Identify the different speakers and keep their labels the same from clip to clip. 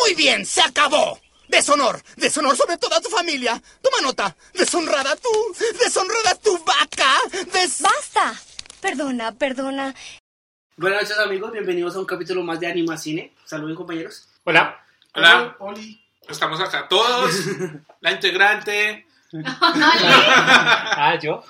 Speaker 1: Muy bien, se acabó. Deshonor, deshonor sobre toda tu familia. Toma nota, deshonrada tú, deshonrada tu vaca. Des...
Speaker 2: ¡Basta! Perdona, perdona.
Speaker 3: Buenas noches amigos, bienvenidos a un capítulo más de Anima Cine. Saludos compañeros.
Speaker 4: Hola.
Speaker 5: Hola,
Speaker 4: Oli.
Speaker 5: estamos acá todos. La integrante.
Speaker 4: Ah, yo.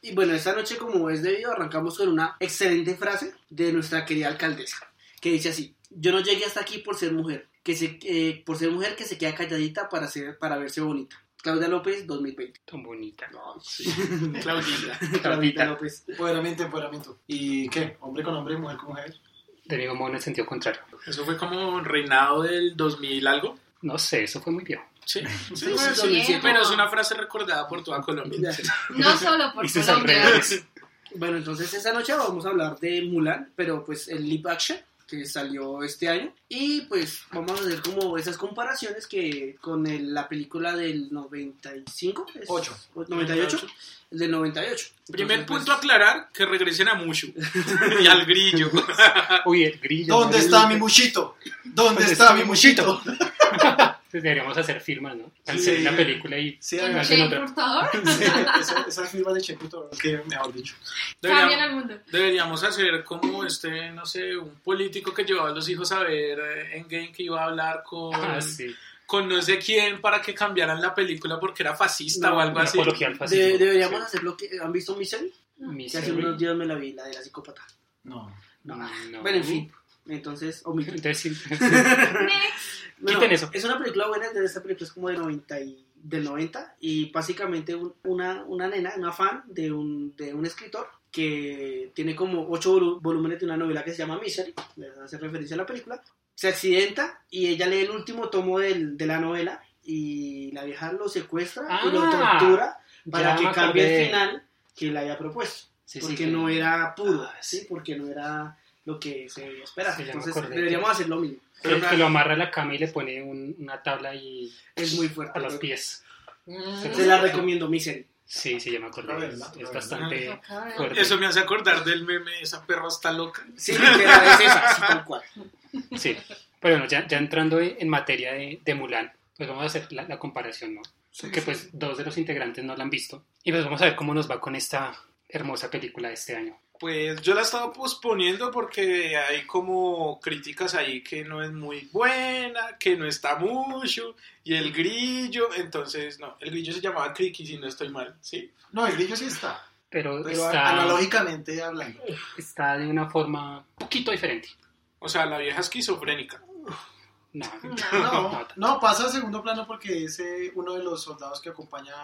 Speaker 3: Y bueno, esta noche como es debido arrancamos con una excelente frase de nuestra querida alcaldesa, que dice así, yo no llegué hasta aquí por ser mujer, que se, eh, por ser mujer que se queda calladita para, ser, para verse bonita. Claudia López, 2020.
Speaker 4: Tan bonita.
Speaker 5: Claudita.
Speaker 3: Claudita López.
Speaker 5: Empoderamiento,
Speaker 4: ¿Y qué?
Speaker 5: Hombre con hombre, mujer con mujer.
Speaker 4: Te digo, en el sentido contrario.
Speaker 5: Eso fue como un reinado del 2000 algo.
Speaker 4: No sé, eso fue muy viejo.
Speaker 5: Sí, sí,
Speaker 3: sí,
Speaker 5: bueno,
Speaker 3: sí,
Speaker 5: sí,
Speaker 3: sí.
Speaker 5: pero es una frase recordada por toda Colombia.
Speaker 6: No
Speaker 3: Ah,
Speaker 6: solo por
Speaker 4: Estos
Speaker 6: Colombia.
Speaker 4: alrededores.
Speaker 3: Bueno, entonces esta noche vamos a hablar de Mulan, pero pues el live action que salió este año y pues vamos a hacer como esas comparaciones que con el- la película del 95 es-
Speaker 5: Ocho.
Speaker 3: 98 el del 98
Speaker 5: Primer
Speaker 3: Entonces, pues,
Speaker 5: punto a aclarar, que regresen a Mushu y al grillo. Ah.
Speaker 4: Uy, el grillo.
Speaker 7: ¿Dónde
Speaker 4: ¿no?
Speaker 7: está mi muchito? ¿Dónde está mi muchito?
Speaker 4: Entonces deberíamos hacer firmas, ¿no? Cancelar
Speaker 7: Sí.
Speaker 4: la película y
Speaker 7: Sí,
Speaker 6: Con
Speaker 7: hagan-
Speaker 4: hacen
Speaker 6: Shane,
Speaker 4: otra.
Speaker 6: por favor.
Speaker 7: sí, esa, esa firma de Cheputo, que mejor dicho.
Speaker 6: Cambian
Speaker 5: Deberíamos,
Speaker 6: al mundo.
Speaker 5: deberíamos hacer como este, no sé, un político que llevaba a los hijos a ver eh, en game que iba a hablar con,
Speaker 4: Ah, sí.
Speaker 5: con no sé quién para que cambiaran la película porque era fascista
Speaker 3: No,
Speaker 5: o algo
Speaker 4: Una
Speaker 5: así.
Speaker 4: apología al
Speaker 3: pues, de-
Speaker 4: fascismo.
Speaker 3: deberíamos
Speaker 4: Sí.
Speaker 3: hacer lo que han visto Misery que hace
Speaker 4: Misery.
Speaker 3: unos días me la vi la de la psicópata
Speaker 7: No.
Speaker 4: No, no.
Speaker 3: bueno en fin entonces omito.
Speaker 4: Entonces sí.
Speaker 6: Next.
Speaker 3: Bueno,
Speaker 4: Quiten eso.
Speaker 3: es una película buena entonces esta película es como de 90 y, del 90 y básicamente un- una, una nena una fan de un, de un escritor que tiene como ocho volu- volúmenes de una novela que se llama Misery les hace referencia a la película se accidenta y ella lee el último tomo del- de la novela y la vieja lo secuestra y lo
Speaker 4: Ah,
Speaker 3: tortura
Speaker 4: ya
Speaker 3: para que
Speaker 4: me
Speaker 3: cambie
Speaker 4: acordé.
Speaker 3: el final que le había propuesto
Speaker 4: Sí, sí,
Speaker 3: porque
Speaker 4: que-
Speaker 3: no era puro
Speaker 4: Ah,
Speaker 3: sí porque no era lo que se debía esperar
Speaker 4: Sí, ya me
Speaker 3: entonces
Speaker 4: acordé.
Speaker 3: deberíamos hacer lo mismo
Speaker 4: El que lo amarra a la cama y le pone un- una tabla y
Speaker 3: es muy fuerte
Speaker 4: a los
Speaker 3: ¿no?
Speaker 4: pies.
Speaker 3: Se la recomiendo, Misery.
Speaker 4: Sí, sí, ya me
Speaker 7: A
Speaker 4: acordé.
Speaker 7: ver,
Speaker 4: Es,
Speaker 7: ¿no?
Speaker 4: es bastante
Speaker 6: Acaba de-
Speaker 4: fuerte.
Speaker 5: Eso me hace acordar del meme, esa perra está loca.
Speaker 3: Sí, literal, es esa, sí, tal cual.
Speaker 4: Sí, pero bueno, ya, ya entrando en en materia de, de Mulan, pues vamos a hacer la, la comparación, ¿no? Porque pues dos de los integrantes no la han visto. Y pues vamos a ver cómo nos va con esta hermosa película de este año.
Speaker 5: Pues yo la estaba posponiendo porque hay como críticas ahí que no es muy buena, que no está mucho, y el grillo, entonces no, el grillo se llamaba Criqui si no estoy mal, ¿sí?
Speaker 7: No, el grillo sí está.
Speaker 4: Pero,
Speaker 7: Pero a-
Speaker 4: está,
Speaker 7: analógicamente hablando.
Speaker 4: está de una forma un poquito diferente.
Speaker 5: O sea, la vieja esquizofrénica.
Speaker 4: No,
Speaker 7: No, no, pasa a segundo plano porque es eh, uno de los soldados que acompaña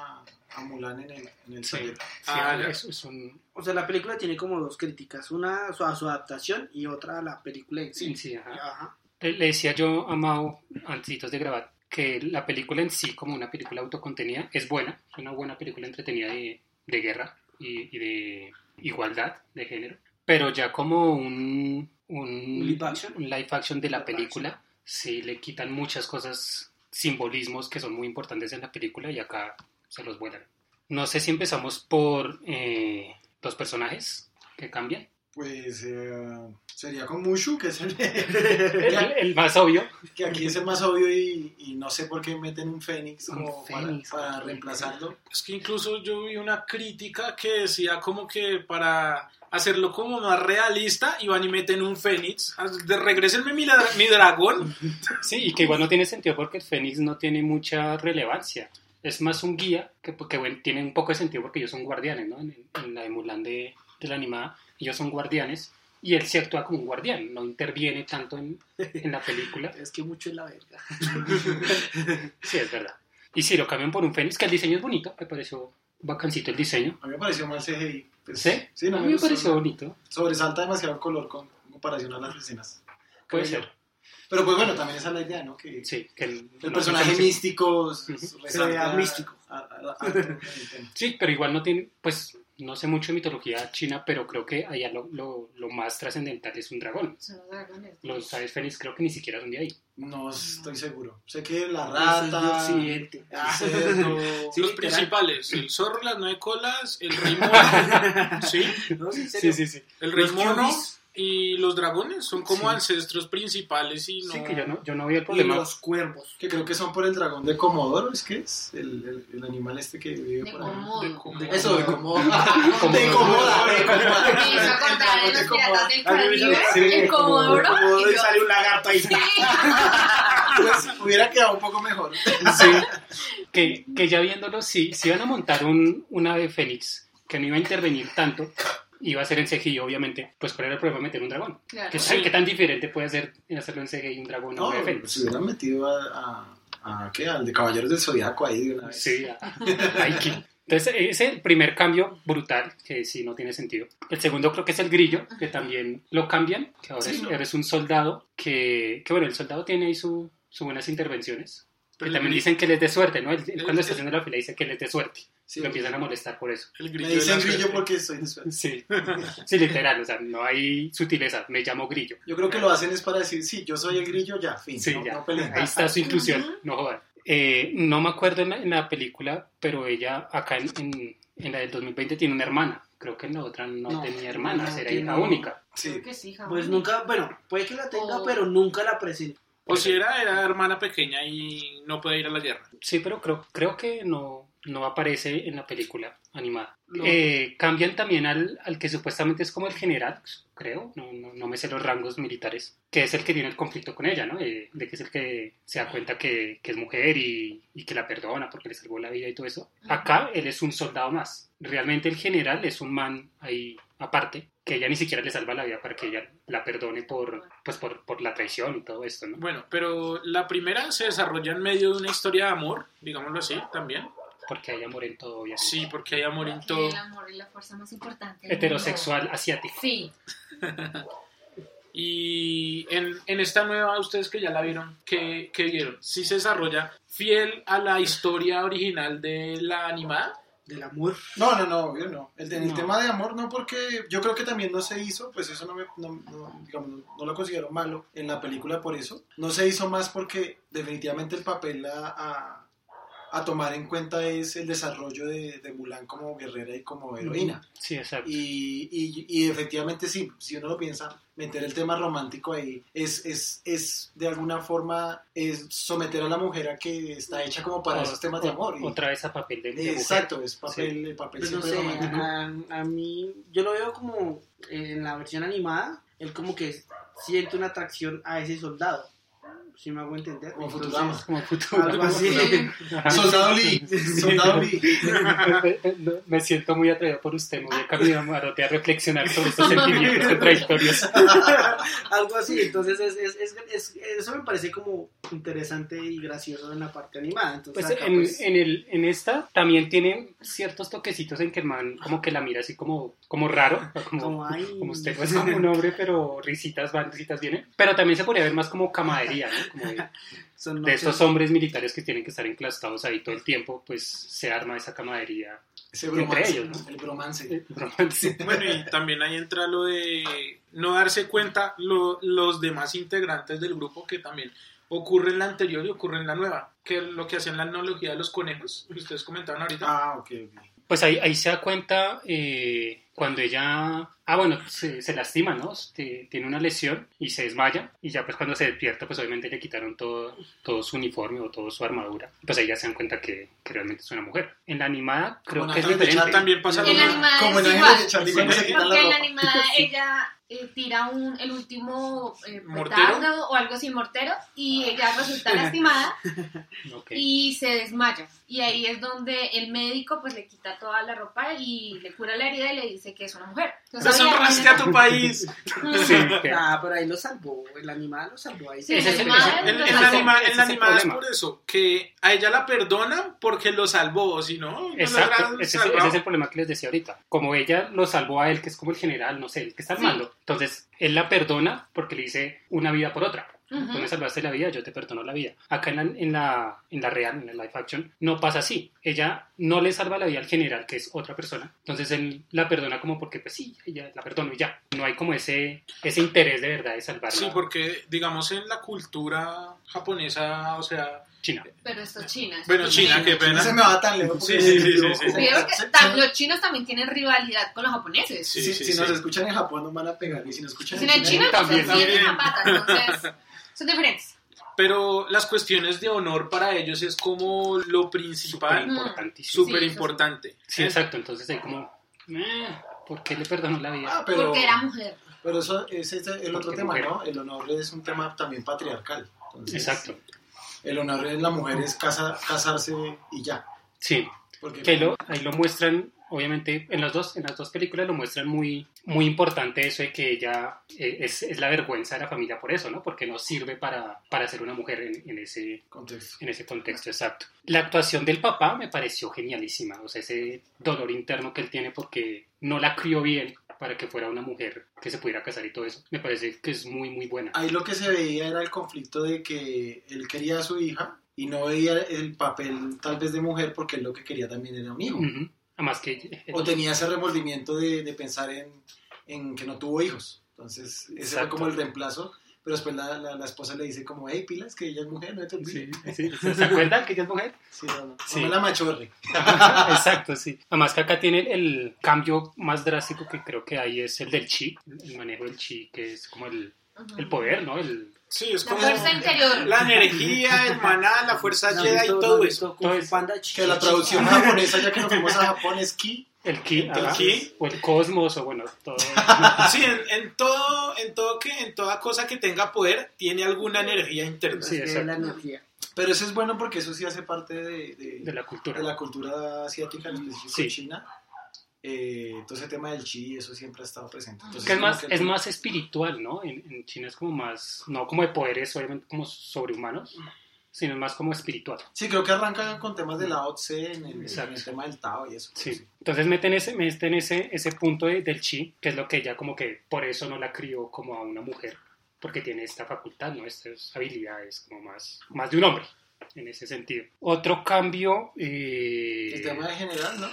Speaker 7: a Mulan en el, en el
Speaker 4: Sí.
Speaker 7: trayecto.
Speaker 4: sí,
Speaker 5: Ah, ya.
Speaker 4: es, es un...
Speaker 3: O sea, la película tiene como dos críticas, una a su, a su adaptación y otra a la película en sí.
Speaker 4: Sí, sí, ajá.
Speaker 3: Ajá.
Speaker 4: Le, Eh, le decía yo a Mao, antes de grabar, que la película en sí, como una película autocontenida, es buena. Es una buena película entretenida de, de guerra y, y de igualdad de género. Pero ya como un, un,
Speaker 3: ¿Un live action?
Speaker 4: un live action de la
Speaker 3: Live
Speaker 4: película, sí le quitan muchas cosas, simbolismos que son muy importantes en la película y acá se los vuelan. No sé si empezamos por eh, los personajes que cambian.
Speaker 7: Pues eh, sería con Mushu, que es el,
Speaker 4: El,
Speaker 7: que,
Speaker 4: el más obvio.
Speaker 7: que aquí es el más obvio y, y no sé por qué meten un fénix
Speaker 4: Un
Speaker 7: como para-
Speaker 4: fénix.
Speaker 7: para, reemplazarlo.
Speaker 5: Es que incluso yo vi una crítica que decía como que para hacerlo como más realista, iban y meten un fénix, Ah, de- regrésenme mi, la- mi dragón.
Speaker 4: Sí, y que igual no tiene sentido porque el Fénix no tiene mucha relevancia. Es más un guía que, que, bueno, tiene un poco de sentido porque ellos son guardianes, ¿no? En, en la de Mulan de, de la animada, ellos son guardianes y él se actúa como un guardián, no interviene tanto en, en la película.
Speaker 3: Es que mucho es la verga.
Speaker 4: Sí, es verdad. Y sí, lo cambian por un Fénix, que el diseño es bonito, me pareció bacancito el diseño.
Speaker 7: A mí me pareció mal CGI. Pues,
Speaker 4: ¿Sí?
Speaker 7: Sí, no
Speaker 4: a mí
Speaker 7: me,
Speaker 4: me
Speaker 7: gustó.
Speaker 4: pareció bonito.
Speaker 7: Sobresalta demasiado el color con en comparación a las escenas.
Speaker 4: Puede
Speaker 7: Creo
Speaker 4: ser,
Speaker 7: Pero pues bueno, también esa es la idea, ¿no? Que
Speaker 4: sí. Que el,
Speaker 7: el
Speaker 4: no,
Speaker 7: personaje
Speaker 4: sí, sí.
Speaker 7: místico
Speaker 3: Se vea místico.
Speaker 7: a- a- a- a- el tema.
Speaker 4: Sí, pero igual no tiene, pues, no sé mucho de mitología china, pero creo que allá lo- lo- lo más trascendental es un dragón.
Speaker 6: Son los dragones.
Speaker 4: Los aves fénix creo que ni siquiera son de ahí.
Speaker 7: No estoy seguro. Sé que la
Speaker 3: Eso es Ah, de
Speaker 7: rata,
Speaker 4: eh.
Speaker 3: Occidente.
Speaker 7: el cerdo,
Speaker 3: Sí,
Speaker 5: Los
Speaker 3: literal.
Speaker 5: principales, el zorro, las nueve colas, el rey mono, ¿sí?
Speaker 3: No, sí, en serio.
Speaker 4: Sí, sí, sí.
Speaker 5: El rey
Speaker 3: Los
Speaker 5: mono,
Speaker 3: Cubies.
Speaker 5: y los dragones son como
Speaker 7: Sí.
Speaker 5: ancestros principales y no...
Speaker 4: Sí, que yo no, yo no vi el
Speaker 3: Y
Speaker 4: problema.
Speaker 3: los cuervos.
Speaker 7: Que creo que son por el dragón de Comodoro, ¿es que es? El, el- el animal este que vive
Speaker 6: De
Speaker 7: por ahí.
Speaker 5: de
Speaker 6: cómodo.
Speaker 5: como-
Speaker 7: De- eso, de Comodoro.
Speaker 4: Como-
Speaker 7: de Comoda, de
Speaker 6: Me
Speaker 7: Comoda.
Speaker 6: hizo acordar de los piratas del Caribe,
Speaker 7: Sí,
Speaker 6: el
Speaker 7: como-
Speaker 6: Comodoro.
Speaker 3: Como
Speaker 6: y
Speaker 3: y
Speaker 6: yo,
Speaker 3: sale un lagarto ahí.
Speaker 7: Pues hubiera quedado un poco mejor.
Speaker 4: que, que ya viéndolo, si, si iban a montar un, un ave fénix que no iba a intervenir tanto, iba a ser en CGI, obviamente, pues cuál era el problema de meter un dragón.
Speaker 6: Claro.
Speaker 4: ¿Qué, tan, qué tan diferente puede ser en hacerlo en CGI un dragón a
Speaker 7: No,
Speaker 4: un
Speaker 7: pues,
Speaker 4: ave
Speaker 7: se
Speaker 4: fénix?
Speaker 7: hubieran metido a, a, a ¿qué? Al de Caballeros del Zodiaco ahí de una vez.
Speaker 4: Sí, a- ay, qué- Entonces, ese es el primer cambio brutal, que sí no tiene sentido. El segundo creo que es el grillo, que también lo cambian, que ahora
Speaker 7: Sí,
Speaker 4: es,
Speaker 7: ¿no?
Speaker 4: eres un soldado, que, que bueno, el soldado tiene ahí su- sus buenas intervenciones.
Speaker 5: Pero
Speaker 4: Que
Speaker 5: el
Speaker 4: también
Speaker 5: gri-
Speaker 4: dicen que les dé suerte, ¿no? Él- él
Speaker 5: el-
Speaker 4: cuando está haciendo la fila dice que les dé suerte.
Speaker 7: Sí.
Speaker 4: Lo empiezan a molestar por eso.
Speaker 5: el
Speaker 7: Me
Speaker 5: grillo de
Speaker 7: dicen
Speaker 5: la
Speaker 7: grillo
Speaker 5: suerte.
Speaker 7: porque soy de Suecia.
Speaker 4: Sí, sí, literal, o sea, no hay sutileza, me llamo grillo.
Speaker 7: Yo creo que lo hacen es para decir, sí, yo soy el grillo, ya, fin.
Speaker 4: Sí,
Speaker 7: no,
Speaker 4: ya,
Speaker 7: no peleen.
Speaker 4: ahí está su inclusión, no jodan. Eh, no me acuerdo en la, en la película, pero ella acá en, en- en la del 2020 tiene una hermana. Creo que en la otra no,
Speaker 3: No,
Speaker 4: tenía hermana,
Speaker 3: no
Speaker 4: era
Speaker 3: tiene-
Speaker 4: hija única.
Speaker 7: Sí.
Speaker 6: Que sí, jamás.
Speaker 3: Pues nunca, bueno, puede que la tenga,
Speaker 6: Oh.
Speaker 3: pero nunca la presenta.
Speaker 5: O si era, era hermana pequeña y no puede ir a la guerra.
Speaker 4: Sí, pero creo, creo que no, no aparece en la película animada.
Speaker 5: No.
Speaker 4: Eh, cambian también al, al que supuestamente es como el general, pues, creo, no, no, no me sé los rangos militares, que es el que tiene el conflicto con ella, ¿no? Eh, de que es el que se da cuenta que, que es mujer y, y que la perdona porque le salvó la vida y todo eso.
Speaker 6: Ajá.
Speaker 4: Acá él es un soldado más. Realmente el general es un man ahí aparte, que ella ni siquiera le salva la vida para que ella la perdone por, pues por, por la traición y todo esto, ¿no?
Speaker 5: Bueno, pero la primera se desarrolla en medio de una historia de amor, digámoslo así, también.
Speaker 4: Porque hay amor en todo, obviamente.
Speaker 5: Sí, porque hay amor en todo.
Speaker 6: El amor es la fuerza más importante. del
Speaker 4: Heterosexual asiático.
Speaker 6: mundo. Sí.
Speaker 5: Y en, en esta nueva, ustedes que ya la vieron, ¿qué, qué vieron? Sí se desarrolla fiel a la historia original de la animada.
Speaker 3: Del amor.
Speaker 7: No, no, no, obvio no. El, el
Speaker 5: No.
Speaker 7: tema de amor no, porque yo creo que también no se hizo, pues eso no, me, no, no, digamos, no- no lo considero malo en la película por eso. No se hizo más porque definitivamente el papel a, a- a tomar en cuenta es el desarrollo de, de Mulan como guerrera y como heroína.
Speaker 4: Sí, exacto.
Speaker 7: Y, y- y efectivamente sí, si uno lo piensa, meter el tema romántico ahí es, es, es de alguna forma es someter a la mujer a que está hecha como
Speaker 4: O-
Speaker 7: para esos temas de
Speaker 4: o-
Speaker 7: amor. y-
Speaker 4: Otra vez a papel de, de mujer.
Speaker 7: Exacto, es papel, el papel
Speaker 3: Pues no
Speaker 7: siempre
Speaker 3: sé,
Speaker 7: romántico.
Speaker 3: a, a mí, yo lo veo como eh, en la versión animada, él como que siente una atracción a ese soldado. Si me hago entender.
Speaker 7: Como
Speaker 3: Entonces,
Speaker 7: Futurama.
Speaker 4: Como futuro.
Speaker 3: Algo así.
Speaker 4: Ajá.
Speaker 7: Soldado Lee, Soldado Lee.
Speaker 4: Me- Me siento muy atraído por usted, me voy
Speaker 7: Ah.
Speaker 4: a caminar a reflexionar sobre estos sentimientos contradictorios.
Speaker 3: Algo así. Entonces, es, es- es- es- eso me parece como interesante y gracioso en la parte animada. Entonces,
Speaker 4: Pues
Speaker 3: acá,
Speaker 4: en,
Speaker 3: pues,
Speaker 4: en el, en esta también tienen ciertos toquecitos en que el man como que la mira así como, como raro, como,
Speaker 3: como, ay,
Speaker 4: como usted no es como un hombre, pero risitas van, risitas vienen. Pero también se podría ver más como camadería, ¿no? Como de,
Speaker 3: son
Speaker 4: de
Speaker 3: noches.
Speaker 4: estos hombres militares que tienen que estar enclastados ahí todo el tiempo, pues se arma esa camadería.
Speaker 7: Ese
Speaker 4: Entre
Speaker 7: bromance,
Speaker 4: ellos, ¿no?
Speaker 7: el bromance.
Speaker 4: eh, romance.
Speaker 5: Bueno, y también ahí entra lo de no darse cuenta lo- los demás integrantes del grupo que también ocurre en la anterior y ocurre en la nueva, que es lo que hacían la analogía de los conejos, que ustedes comentaban ahorita.
Speaker 7: Ah, ok, ok.
Speaker 4: Pues ahí, ahí se da cuenta eh, cuando ella... Ah, bueno, se, se lastima, ¿no? Este, tiene una lesión y se desmaya. Y ya pues cuando se despierta, pues obviamente le quitaron todo, todo su uniforme o toda su armadura. Pues ahí ya se dan cuenta que, que realmente es una mujer. En la animada creo
Speaker 7: Como
Speaker 4: que es
Speaker 7: Natalia
Speaker 4: diferente.
Speaker 5: Ya también pasa lo
Speaker 6: El
Speaker 5: mismo.
Speaker 6: animal
Speaker 7: Como el
Speaker 6: es
Speaker 7: ángel
Speaker 6: igual.
Speaker 7: de Charlie cuando se quita
Speaker 6: Porque
Speaker 7: la
Speaker 6: en la
Speaker 7: ropa.
Speaker 6: animada ella eh, tira un, el último eh,
Speaker 5: ¿Mortero?
Speaker 6: petardo o algo sin mortero y ella resulta lastimada
Speaker 4: Ok.
Speaker 6: y se desmaya. Y ahí es donde el médico pues le quita toda la ropa y le cura la herida y le dice que es una mujer. No
Speaker 5: No
Speaker 6: sabía,
Speaker 5: sonrojaste Pues a tu país.
Speaker 4: Sí, que-
Speaker 3: Ah, pero ahí lo salvó. El animal lo salvó. Ahí
Speaker 6: Sí,
Speaker 3: se
Speaker 6: el
Speaker 3: fue.
Speaker 6: animal.
Speaker 5: En,
Speaker 6: Ese
Speaker 5: en
Speaker 6: es
Speaker 5: la
Speaker 6: el-
Speaker 5: anima- en
Speaker 4: ese
Speaker 5: la
Speaker 4: es el
Speaker 5: animada es
Speaker 4: problema.
Speaker 5: por eso, que a ella la perdonan porque lo salvó, si no, no la
Speaker 4: Exacto,
Speaker 5: hubieran
Speaker 4: ese, es-
Speaker 5: salvado.
Speaker 4: ese es el problema que les decía ahorita. Como ella lo salvó a él, que es como el general, no sé, el que está al
Speaker 6: Sí.
Speaker 4: mando. Entonces, él la perdona porque le dice una vida por otra.
Speaker 6: Ujú.
Speaker 4: Tú me salvaste la vida, yo te perdono la vida. Acá en la, en la, en la real, en la live action, no pasa así. Ella no le salva la vida al general, que es otra persona. Entonces él la perdona como porque, pues sí, ella la perdono y ya. No hay como ese, ese interés de verdad de salvarla.
Speaker 5: Sí, porque digamos en la cultura japonesa, o sea,
Speaker 4: China.
Speaker 6: Pero esto es China. esto
Speaker 5: Bueno,
Speaker 6: es
Speaker 5: China, qué
Speaker 7: No
Speaker 5: pena.
Speaker 7: se me va tan lejos.
Speaker 5: Sí, sí, sí, sí, sí.
Speaker 6: Vieron que tam- los chinos también tienen rivalidad con los japoneses.
Speaker 5: Sí,
Speaker 7: Si,
Speaker 5: sí,
Speaker 7: si
Speaker 5: sí.
Speaker 7: nos escuchan en Japón nos van a pegar y si nos escuchan
Speaker 6: Si no pues, en China,
Speaker 4: También,
Speaker 6: también, también.
Speaker 5: también.
Speaker 6: en Zapata, entonces son diferentes.
Speaker 5: Pero las cuestiones de honor para ellos es como lo
Speaker 4: Súper
Speaker 5: principal,
Speaker 4: importantísimo.
Speaker 5: súper
Speaker 6: Sí,
Speaker 5: importante.
Speaker 4: Sí, exacto. Entonces ahí como, eh, ¿por qué le perdonó la vida?
Speaker 7: Ah, pero,
Speaker 6: Porque era mujer.
Speaker 7: pero eso ese es este, el otro
Speaker 4: Porque
Speaker 7: tema,
Speaker 4: mujer.
Speaker 7: ¿no? El honor es un tema también patriarcal. Entonces,
Speaker 4: Exacto.
Speaker 7: El honor en la mujer es casa- casarse y ya.
Speaker 4: Sí.
Speaker 7: Porque
Speaker 4: Que lo, ahí lo muestran, obviamente, en las dos, en las dos películas lo muestran muy, muy importante eso de que ella eh, es, es la vergüenza de la familia por eso, ¿no? Porque no sirve para, para ser una mujer en, en ese,
Speaker 7: contexto.
Speaker 4: en ese contexto exacto. La actuación del papá me pareció genialísima, o sea, ese dolor interno que él tiene porque no la crió bien para que fuera una mujer que se pudiera casar y todo eso, me parece que es muy, muy buena.
Speaker 7: Ahí lo que se veía era el conflicto de que él quería a su hija y no veía el papel tal vez de mujer porque él lo que quería también era un hijo.
Speaker 4: Ujú. Además que...
Speaker 7: O tenía ese remordimiento de, de pensar en, en que no tuvo hijos. Entonces, ese fue
Speaker 4: Exacto.
Speaker 7: como el reemplazo. Pero después la, la, la esposa le dice como, hey, pilas, que ella es mujer, no te
Speaker 4: Sí,
Speaker 7: olvides.
Speaker 4: sí. ¿Se acuerdan que ella es mujer?
Speaker 7: Sí, no, no.
Speaker 4: Sí.
Speaker 7: No me la machorre.
Speaker 4: Exacto, sí. Además que acá tiene el cambio más drástico que creo que hay es el del chi, el manejo del chi, que es como el,
Speaker 6: Ujú.
Speaker 4: el poder, ¿no? El,
Speaker 5: Sí, es
Speaker 6: La
Speaker 5: como
Speaker 6: fuerza interior.
Speaker 5: la energía, el maná, la fuerza
Speaker 3: ¿No han
Speaker 5: Jedi y
Speaker 3: visto- no
Speaker 5: todo
Speaker 3: han
Speaker 5: eso.
Speaker 3: visto Kung Fu
Speaker 4: Todo eso.
Speaker 3: Panda, chi-
Speaker 7: Que la
Speaker 3: chi-
Speaker 7: traducción japonesa, ya que nos fuimos a Japón, es ki.
Speaker 4: el ki, ajá,
Speaker 5: ki.
Speaker 4: o el cosmos, o bueno, todo.
Speaker 5: Sí, en, en todo, en todo que, en toda cosa que tenga poder tiene alguna energía interna.
Speaker 4: Sí,
Speaker 3: es
Speaker 4: exacto.
Speaker 3: la energía.
Speaker 7: Pero eso es bueno porque eso sí hace parte de, de-
Speaker 4: de la cultura.
Speaker 7: de la cultura asiática, en específico
Speaker 4: Sí.
Speaker 7: China. Eh, todo ese tema del chi, eso siempre ha estado presente. Entonces,
Speaker 4: Que es,
Speaker 7: como
Speaker 4: más,
Speaker 7: que-
Speaker 4: es más espiritual, ¿no? En, en China es como más, no como de poderes, obviamente como sobrehumanos, sino más como espiritual.
Speaker 7: Sí, creo que arranca con temas de la Tse en el, en
Speaker 4: Exacto.
Speaker 7: el tema del Tao y eso.
Speaker 4: Sí. Entonces meten ese, meten ese, ese punto de- del chi, que es lo que ella como que por eso no la crió como a una mujer, porque tiene esta facultad, ¿no? Estas habilidades como más, más de un hombre, en ese sentido. Otro cambio... eh,
Speaker 7: El tema de general, ¿no?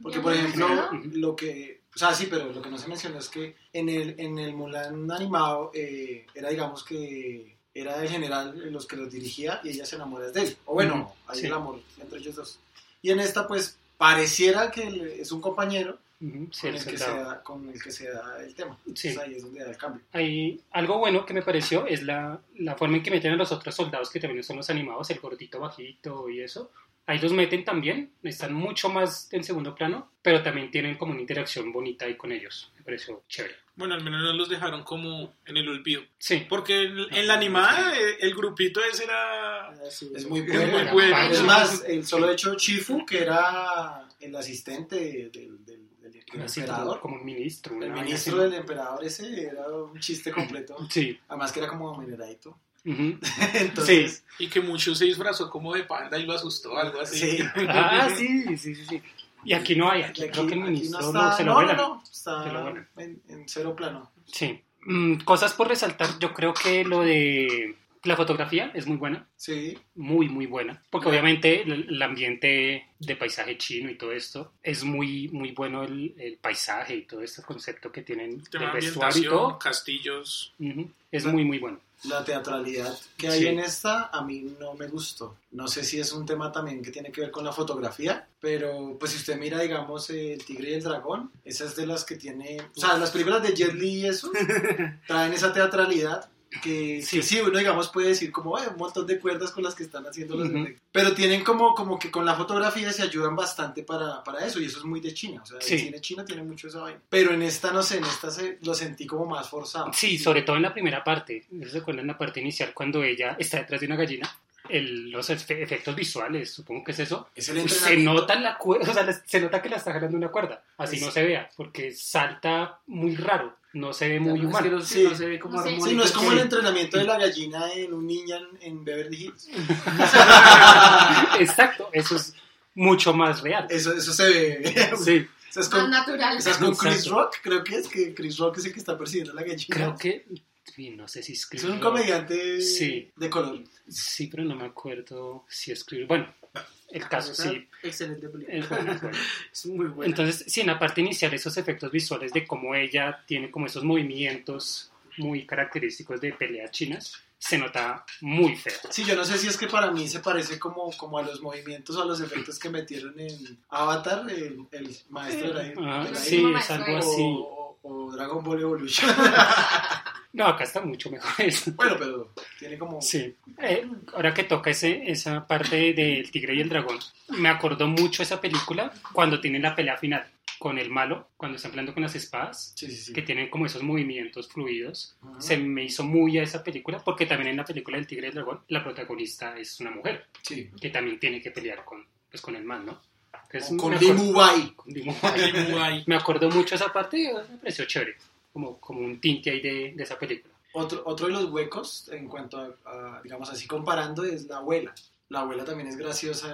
Speaker 7: Porque,
Speaker 6: Ya
Speaker 7: por
Speaker 6: hemos
Speaker 7: ejemplo,
Speaker 6: mencionado.
Speaker 7: lo que... O sea, sí, pero lo que no se mencionó es que en el, en el Mulan animado eh, era, digamos que... Era el general los que los dirigía y ella se enamora de él. O bueno,
Speaker 4: Ujú,
Speaker 7: hay
Speaker 4: sí.
Speaker 7: el amor entre ellos dos. Y en esta, pues, pareciera que él es un compañero
Speaker 4: ujú, sí,
Speaker 7: con
Speaker 4: el
Speaker 7: el, que se
Speaker 4: soldado.
Speaker 7: da, con el que se da el tema.
Speaker 4: Sí.
Speaker 7: Entonces, ahí es donde da el cambio.
Speaker 4: Ahí, algo bueno que me pareció es la, la forma en que meten a los otros soldados que también son los animados, el gordito bajito y eso. Ahí los meten también, están mucho más en segundo plano, pero también tienen como una interacción bonita ahí con ellos. Me pareció chévere.
Speaker 5: Bueno, al menos no los dejaron como en el olvido.
Speaker 4: Sí.
Speaker 5: Porque en, en la animada eh, el grupito ese era...
Speaker 3: Ah, sí,
Speaker 7: Es
Speaker 3: sí.
Speaker 7: muy
Speaker 5: Es muy
Speaker 7: bueno.
Speaker 5: bueno.
Speaker 7: Es más, el solo hecho Chifu, que era el asistente del, del, del
Speaker 4: Así como-
Speaker 7: emperador,
Speaker 4: como un ministro. una
Speaker 7: el
Speaker 4: vaina
Speaker 7: ministro
Speaker 4: así.
Speaker 7: del emperador ese era un chiste completo.
Speaker 4: Sí.
Speaker 7: Además que era como ameneradito.
Speaker 4: ujú.
Speaker 7: Entonces,
Speaker 5: Y que mucho se disfrazó como de panda y lo asustó, algo así.
Speaker 7: sí.
Speaker 4: Ah, sí, sí, sí, sí. Y aquí no hay, aquí,
Speaker 7: Y
Speaker 4: creo que el
Speaker 7: aquí no
Speaker 4: ministro
Speaker 7: está-
Speaker 4: no se lo
Speaker 7: no, no,
Speaker 4: vuelan.
Speaker 7: no, está
Speaker 4: Se lo vuelan.
Speaker 7: en, en cero plano.
Speaker 4: Sí. Mm, cosas por resaltar, yo creo que lo de la fotografía es muy buena.
Speaker 7: Sí,
Speaker 4: muy muy buena porque obviamente el, el ambiente de paisaje chino y todo esto es muy muy bueno el, el paisaje y todo este concepto que tienen
Speaker 5: Tema
Speaker 4: del vestuario
Speaker 5: de
Speaker 4: y
Speaker 5: ambientación,
Speaker 4: todo
Speaker 5: castillos.
Speaker 4: Ujú. es muy muy bueno
Speaker 7: la teatralidad que hay
Speaker 4: Sí.
Speaker 7: en esta a mí no me gustó. No sé si es un tema también que tiene que ver con la fotografía, pero pues si usted mira, digamos, eh, El Tigre y el Dragón, esas de las que tiene, o sea, las películas de Jet Li y eso, traen esa teatralidad. Que que sí.
Speaker 4: Sí.
Speaker 7: uno digamos puede decir como "Ay, un montón de cuerdas con las que están haciendo los
Speaker 4: Ujú.
Speaker 7: efectos". pero tienen como como que con la fotografía se ayudan bastante para, para eso y eso es muy de China o sea
Speaker 4: Sí.
Speaker 7: el cine chino tiene mucho esa vaina pero en esta no sé en esta se, lo sentí como más forzado
Speaker 4: sí sobre todo en la primera parte ¿No se acuerdan la parte inicial cuando ella está detrás de una gallina El- los efe- efectos visuales supongo que es eso Pues,
Speaker 7: es el
Speaker 4: se
Speaker 7: entrenamiento
Speaker 4: nota la cuerda, o sea, la- se nota que la está jalando una cuerda así
Speaker 7: Sí.
Speaker 4: no se vea porque salta muy raro no se ve muy
Speaker 3: Además que
Speaker 4: humano
Speaker 3: los-
Speaker 7: Sí.
Speaker 3: no se ve como
Speaker 6: No sé.
Speaker 3: armónico.
Speaker 7: Sí, no es como el
Speaker 4: Sí.
Speaker 7: entrenamiento de la gallina en un niña en- en Beverly Hills.
Speaker 4: exacto eso es mucho más real
Speaker 7: Eso, eso se ve.
Speaker 4: sí
Speaker 7: Eso es
Speaker 6: Más
Speaker 7: con,
Speaker 6: natural.
Speaker 7: eso es con Chris
Speaker 4: Exacto.
Speaker 7: Rock, creo que es que Chris Rock es el que está persiguiendo a la gallina.
Speaker 4: Creo que. sí, no sé si es
Speaker 7: Es
Speaker 4: Chris
Speaker 7: un
Speaker 4: Rock.
Speaker 7: comediante
Speaker 4: Sí.
Speaker 7: de color.
Speaker 4: Sí, pero no me acuerdo si es Chris Bueno, el caso sí. Eh,
Speaker 3: Excelente película.
Speaker 4: es bueno, es bueno.
Speaker 3: Es muy buena.
Speaker 4: Entonces, sí, en la parte inicial, esos efectos visuales de cómo ella tiene como esos movimientos muy característicos de peleas chinas. se notaba muy feo.
Speaker 7: Sí, yo no sé si es que para mí se parece como, como a los movimientos o a los efectos que metieron en Avatar, el, el maestro de
Speaker 4: Ah,
Speaker 7: la
Speaker 4: sí, es algo así.
Speaker 7: o, o Dragon Ball Evolution.
Speaker 4: No, acá está mucho mejor eso.
Speaker 7: bueno, pero tiene como...
Speaker 4: Sí. Eh, ahora que toca ese, esa parte del tigre y el dragón, me acordó mucho esa película cuando tienen la pelea final con el malo, cuando están peleando con las espadas,
Speaker 7: Sí, sí, sí.
Speaker 4: que tienen como esos movimientos fluidos.
Speaker 7: Ajá.
Speaker 4: Se me hizo muy a esa película, porque también en la película del tigre y el dragón, la protagonista es una mujer,
Speaker 7: Sí.
Speaker 4: que también tiene que pelear con, pues, con el mal, ¿no? Entonces,
Speaker 7: O
Speaker 4: me
Speaker 7: Con
Speaker 4: acor-
Speaker 7: Limu Bai.
Speaker 4: con Limu Bai. Me acordó mucho esa parte y me pareció chévere, como, como un tinte ahí de, de esa película.
Speaker 7: Otro, otro de los huecos, en cuanto a, a, digamos así, comparando, es la abuela. La abuela también es graciosa,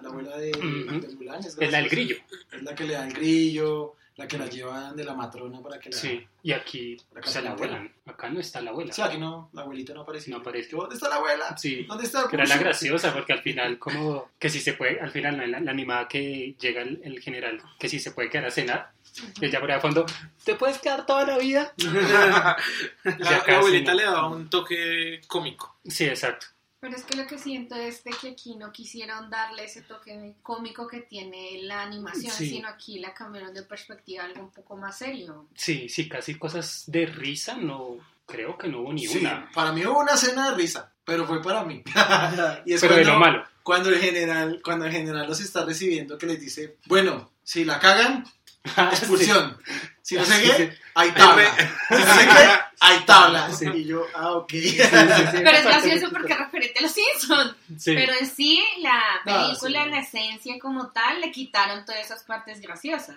Speaker 7: la abuela de,
Speaker 4: Ujú.
Speaker 7: de Mulan es
Speaker 4: Es la del
Speaker 7: graciosa.
Speaker 4: grillo.
Speaker 7: Es la que le da el grillo, la que la llevan de la matrona para que la...
Speaker 4: Sí, y aquí
Speaker 7: La
Speaker 4: o sea, la
Speaker 7: casa de la
Speaker 4: abuela. ¿no? Acá no está la abuela.
Speaker 7: Sí, aquí no, la abuelita no aparece.
Speaker 4: No aparece.
Speaker 7: ¿Dónde está la abuela?
Speaker 4: Sí,
Speaker 7: ¿Dónde está?
Speaker 4: que era la graciosa porque al final como que si se puede, al final ¿no? la, la animada que llega el, el general, que si se puede quedar a cenar, y ella por ahí a fondo, ¿te puedes quedar toda la vida?
Speaker 5: la,
Speaker 4: Ya casi
Speaker 5: la abuelita
Speaker 4: no.
Speaker 5: le daba un toque cómico.
Speaker 4: Sí, exacto.
Speaker 6: Pero es que lo que siento es de que aquí no quisieron darle ese toque cómico que tiene la animación,
Speaker 4: Sí.
Speaker 6: sino aquí la cambiaron de perspectiva a algo un poco más serio.
Speaker 4: Sí, sí, casi cosas de risa, no creo que no hubo ni
Speaker 7: Sí,
Speaker 4: una.
Speaker 7: para mí hubo una cena de risa, pero fue para mí. y es
Speaker 4: Pero de
Speaker 7: cuando,
Speaker 4: lo malo.
Speaker 7: cuando el general, cuando el general los está recibiendo que les dice, bueno, si la cagan, expulsión. Si no sé
Speaker 4: Sí, sí.
Speaker 7: qué, hay tabla. Si no sé qué, hay tabla.
Speaker 4: Sí.
Speaker 7: Y yo, ah, ok.
Speaker 6: Pero es gracioso porque referente a los Simpsons.
Speaker 4: Sí. Ah,
Speaker 6: Pero en sí, la
Speaker 7: No,
Speaker 6: película
Speaker 7: sí.
Speaker 6: en esencia como tal le quitaron todas esas partes graciosas.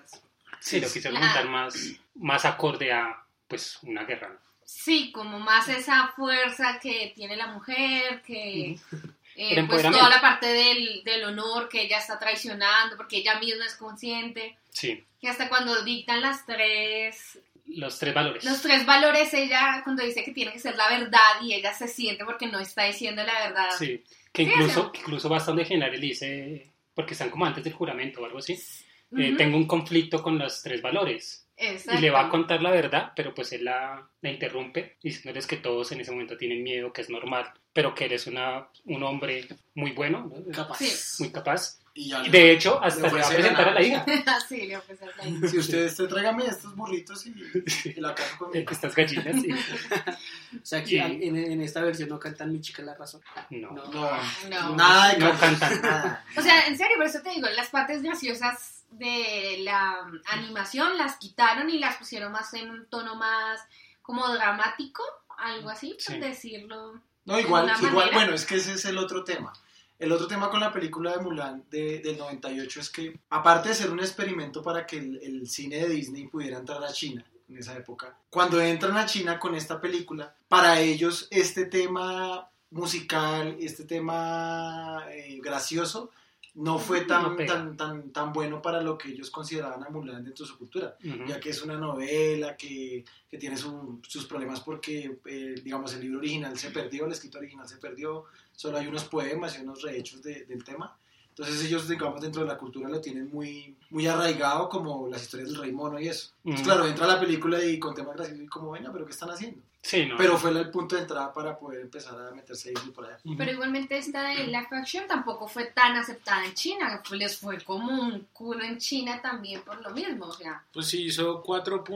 Speaker 4: Sí, lo quisieron
Speaker 6: Ajá.
Speaker 4: montar más, más acorde a pues una guerra. ¿no?
Speaker 6: Sí, como más esa fuerza que tiene la mujer, que eh,
Speaker 4: El
Speaker 6: pues
Speaker 4: empoderamiento.
Speaker 6: toda la parte del, del honor que ella está traicionando, porque ella misma es consciente.
Speaker 4: Sí,
Speaker 6: Que hasta cuando dictan las tres,
Speaker 4: los tres valores.
Speaker 6: los tres valores, ella cuando dice que tiene que ser la verdad y ella se siente porque no está diciendo la verdad.
Speaker 4: Sí, que
Speaker 6: Sí,
Speaker 4: incluso,
Speaker 6: o
Speaker 4: que incluso bastante general él dice, porque están como antes del juramento o algo así, eh,
Speaker 6: Ujú,
Speaker 4: tengo un conflicto con los tres valores.
Speaker 6: exacto.
Speaker 4: Y le va a contar la verdad, pero pues él la, la interrumpe diciéndoles que todos en ese momento tienen miedo, que es normal, pero que él es una, un hombre muy bueno, ¿no?
Speaker 7: Capaz.
Speaker 6: Sí.
Speaker 4: muy capaz.
Speaker 7: Y ya
Speaker 4: De hecho, hasta se va a
Speaker 7: Le ofrece
Speaker 4: presentar a la
Speaker 7: ganado.
Speaker 4: hija.
Speaker 6: sí, le ofrece la
Speaker 7: Si ustedes te tráigame estos burritos y, y la cago
Speaker 4: Eh,
Speaker 7: conmigo.
Speaker 4: Estas gallinas. sí.
Speaker 3: O sea, aquí
Speaker 4: Y-
Speaker 3: al- en, en esta versión no cantan Mi chica es la razón.
Speaker 4: No, no,
Speaker 7: No,
Speaker 6: No.
Speaker 7: nada de
Speaker 4: no
Speaker 7: cagar.
Speaker 4: cantan.
Speaker 7: Nada.
Speaker 6: O sea, en serio, por eso te digo, las partes graciosas de la um, animación las quitaron y las pusieron más en un tono más como dramático, algo así, por
Speaker 4: Sí.
Speaker 6: decirlo.
Speaker 7: No, igual,
Speaker 6: una
Speaker 7: igual,
Speaker 6: manera.
Speaker 7: bueno, es que ese es el otro tema. El otro tema con la película de Mulan de- del 98 es que, aparte de ser un experimento para que el, el cine de Disney pudiera entrar a China en esa época, cuando entran a China con esta película, para ellos este tema musical, este tema eh, gracioso, no fue
Speaker 4: No
Speaker 7: tan,
Speaker 4: pega.
Speaker 7: tan, tan, tan bueno para lo que ellos consideraban a Mulan dentro de su cultura
Speaker 4: Ujú.
Speaker 7: ya que es una novela que, que tiene su- sus problemas porque, eh, digamos, el libro original se perdió, el escrito original se perdió, solo hay unos poemas y unos rehechos de- del tema. Entonces ellos, digamos, dentro de la cultura lo tienen muy, muy arraigado, como las historias del rey mono y eso. Entonces,
Speaker 4: Mm.
Speaker 7: Pues claro, entra la película y con temas graciosos y como, venga, pero ¿qué están haciendo?
Speaker 4: Sí, no.
Speaker 7: Pero fue el punto de entrada para poder empezar a meterse ahí por allá.
Speaker 4: Ujú.
Speaker 6: Pero igualmente esta de Life Action tampoco fue tan aceptada en China, pues les fue como un culo en China también por lo mismo, o sea.
Speaker 5: Pues sí, hizo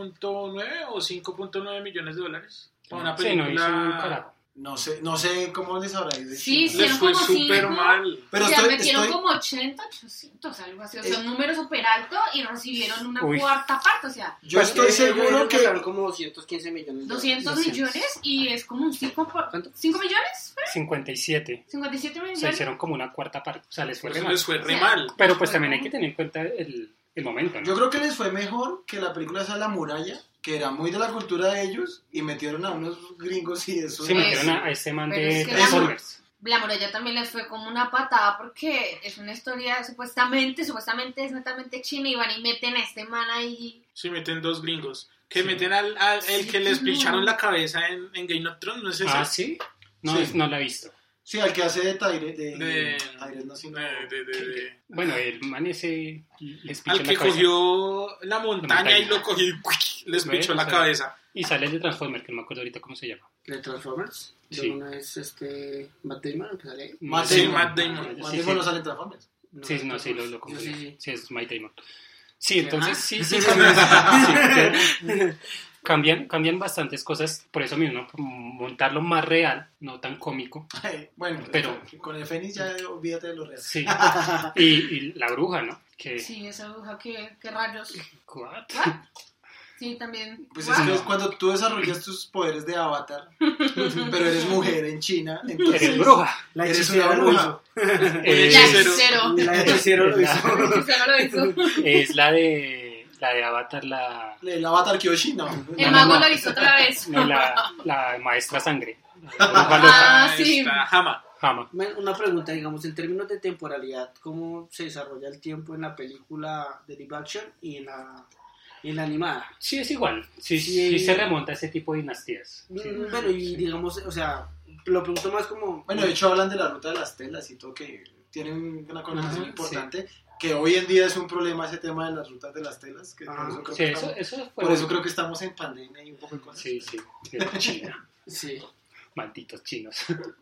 Speaker 5: 4.9 o 5.9 millones de dólares. Para una
Speaker 4: Sí, no,
Speaker 5: película.
Speaker 4: hizo un carajo.
Speaker 7: No sé, no sé cómo les habrá ido.
Speaker 6: Sí,
Speaker 7: China.
Speaker 6: sí.
Speaker 5: Les fue
Speaker 6: Hicieron como
Speaker 5: súper
Speaker 6: cinco.
Speaker 5: mal.
Speaker 7: Pero
Speaker 6: o sea,
Speaker 7: estoy-
Speaker 6: metieron
Speaker 7: estoy- Eh.
Speaker 6: como 80, 800, algo así, o sea,
Speaker 7: Es-
Speaker 6: un número súper alto y recibieron una
Speaker 4: Uy.
Speaker 6: cuarta parte, o sea,
Speaker 7: yo
Speaker 3: Pues
Speaker 7: estoy seguro que...
Speaker 3: Gastaron como 215 millones. de
Speaker 6: 200
Speaker 4: 200.
Speaker 6: millones y es como un 5
Speaker 3: ¿Cuánto?
Speaker 6: millones,
Speaker 4: 57.
Speaker 6: 57
Speaker 4: O
Speaker 6: millones.
Speaker 4: sea, hicieron como una cuarta parte. O sea, les fue
Speaker 5: Por
Speaker 4: re
Speaker 5: eso
Speaker 4: mal.
Speaker 5: Pues les fue re
Speaker 6: Sí.
Speaker 5: mal.
Speaker 4: Pero pues también hay que tener en cuenta el, el momento, ¿no?
Speaker 7: Yo creo que les fue mejor que la película esa La Muralla, que era muy de la cultura de ellos, y metieron a unos gringos y eso.
Speaker 4: Sí,
Speaker 6: me
Speaker 4: metieron a, a ese man
Speaker 6: Pues, Pero
Speaker 4: de
Speaker 6: es que
Speaker 7: la-
Speaker 4: Transformers.
Speaker 6: La muralla también les fue como una patada porque es una historia supuestamente, supuestamente es netamente china y van y meten a este man ahí.
Speaker 5: Sí, meten dos gringos. Que
Speaker 4: Sí.
Speaker 5: meten al, al- el
Speaker 6: Sí,
Speaker 5: que les
Speaker 6: no.
Speaker 5: pincharon la cabeza en, en Game of Thrones, ¿no es ese?
Speaker 4: Ah, ¿sí? No,
Speaker 7: Sí.
Speaker 4: es- no la he visto.
Speaker 7: Sí, al que hace de Tyre, de,
Speaker 5: De-
Speaker 7: Tyre, no, sino-
Speaker 5: De- de- de- de-
Speaker 4: Bueno, el man ese les pichó
Speaker 5: Al
Speaker 4: la
Speaker 5: que
Speaker 4: cabeza.
Speaker 5: cogió la montaña y
Speaker 4: montaña.
Speaker 5: lo cogió y ¡cuic! les
Speaker 4: Bueno,
Speaker 5: pinchó
Speaker 4: o
Speaker 5: la
Speaker 4: sea,
Speaker 5: cabeza.
Speaker 4: Y sale el de Transformers, que no me acuerdo ahorita cómo se llama.
Speaker 3: de Transformers.
Speaker 4: Sí.
Speaker 3: De una es este Matt Damon, el que sale ahí.
Speaker 4: Matt
Speaker 7: Sí,
Speaker 4: Damon.
Speaker 5: Matt Damon.
Speaker 4: Sí,
Speaker 7: Más
Speaker 4: sí.
Speaker 7: tiempo no salen Transformers.
Speaker 4: Sí, no, sí, lo, lo
Speaker 3: Sí,
Speaker 4: confundí.
Speaker 3: sí,
Speaker 4: Sí,
Speaker 3: pues, sí.
Speaker 4: es Mike Damon. Sí, entonces
Speaker 3: Ajá.
Speaker 4: sí, sí, cambian, sí, que- cambian, cambian bastantes cosas, por eso mismo, ¿no? Como montarlo más real, no tan cómico.
Speaker 7: bueno,
Speaker 4: Pero-
Speaker 7: con el Fénix ya olvídate de lo real.
Speaker 4: Sí. Y, y la bruja, ¿no? Que,
Speaker 6: Sí, esa aguja, qué, qué rayos. ¿Ah?
Speaker 4: ¿What?
Speaker 6: Sí, también.
Speaker 7: Pues
Speaker 6: Guau.
Speaker 7: es que es cuando tú desarrollas tus poderes de avatar, pero eres mujer en China, entonces
Speaker 4: Eres bruja.
Speaker 3: La
Speaker 7: Eres
Speaker 3: hechicera
Speaker 7: una
Speaker 3: lo
Speaker 7: bruja.
Speaker 3: hizo.
Speaker 4: Es,
Speaker 6: Ya,
Speaker 5: hechicero.
Speaker 6: cero.
Speaker 3: La hechicera lo hizo.
Speaker 6: Cero lo hizo.
Speaker 4: es la de la de Avatar, la,
Speaker 7: el avatar Kyoshi, no.
Speaker 4: No, no,
Speaker 6: El mago
Speaker 4: no.
Speaker 6: lo hizo otra vez.
Speaker 4: no, la, la maestra sangre. La bruja loca,
Speaker 6: Ah, sí.
Speaker 5: Está Hama.
Speaker 4: Hama.
Speaker 3: Man, Una pregunta, digamos, en términos de temporalidad, ¿cómo se desarrolla el tiempo en la película de live action y en la, y en la animada?
Speaker 4: Sí, es igual. Sí, sí,
Speaker 3: Sí.
Speaker 4: se remonta a ese tipo de dinastías.
Speaker 3: Mm, Bueno, y digamos, o sea, lo pregunto más como...
Speaker 7: Bueno, de hecho hablan de la ruta de las telas y todo, que tienen una connotación
Speaker 4: Ajá,
Speaker 7: importante, que hoy en día es un problema ese tema de las rutas de las telas, que
Speaker 3: Ah,
Speaker 7: por, eso creo
Speaker 4: Sí,
Speaker 7: que
Speaker 4: eso,
Speaker 7: estamos,
Speaker 4: eso fue.
Speaker 7: por eso creo que estamos en pandemia y un poco en cosas.
Speaker 4: Sí, sí. de China.
Speaker 3: Sí.
Speaker 4: Malditos chinos.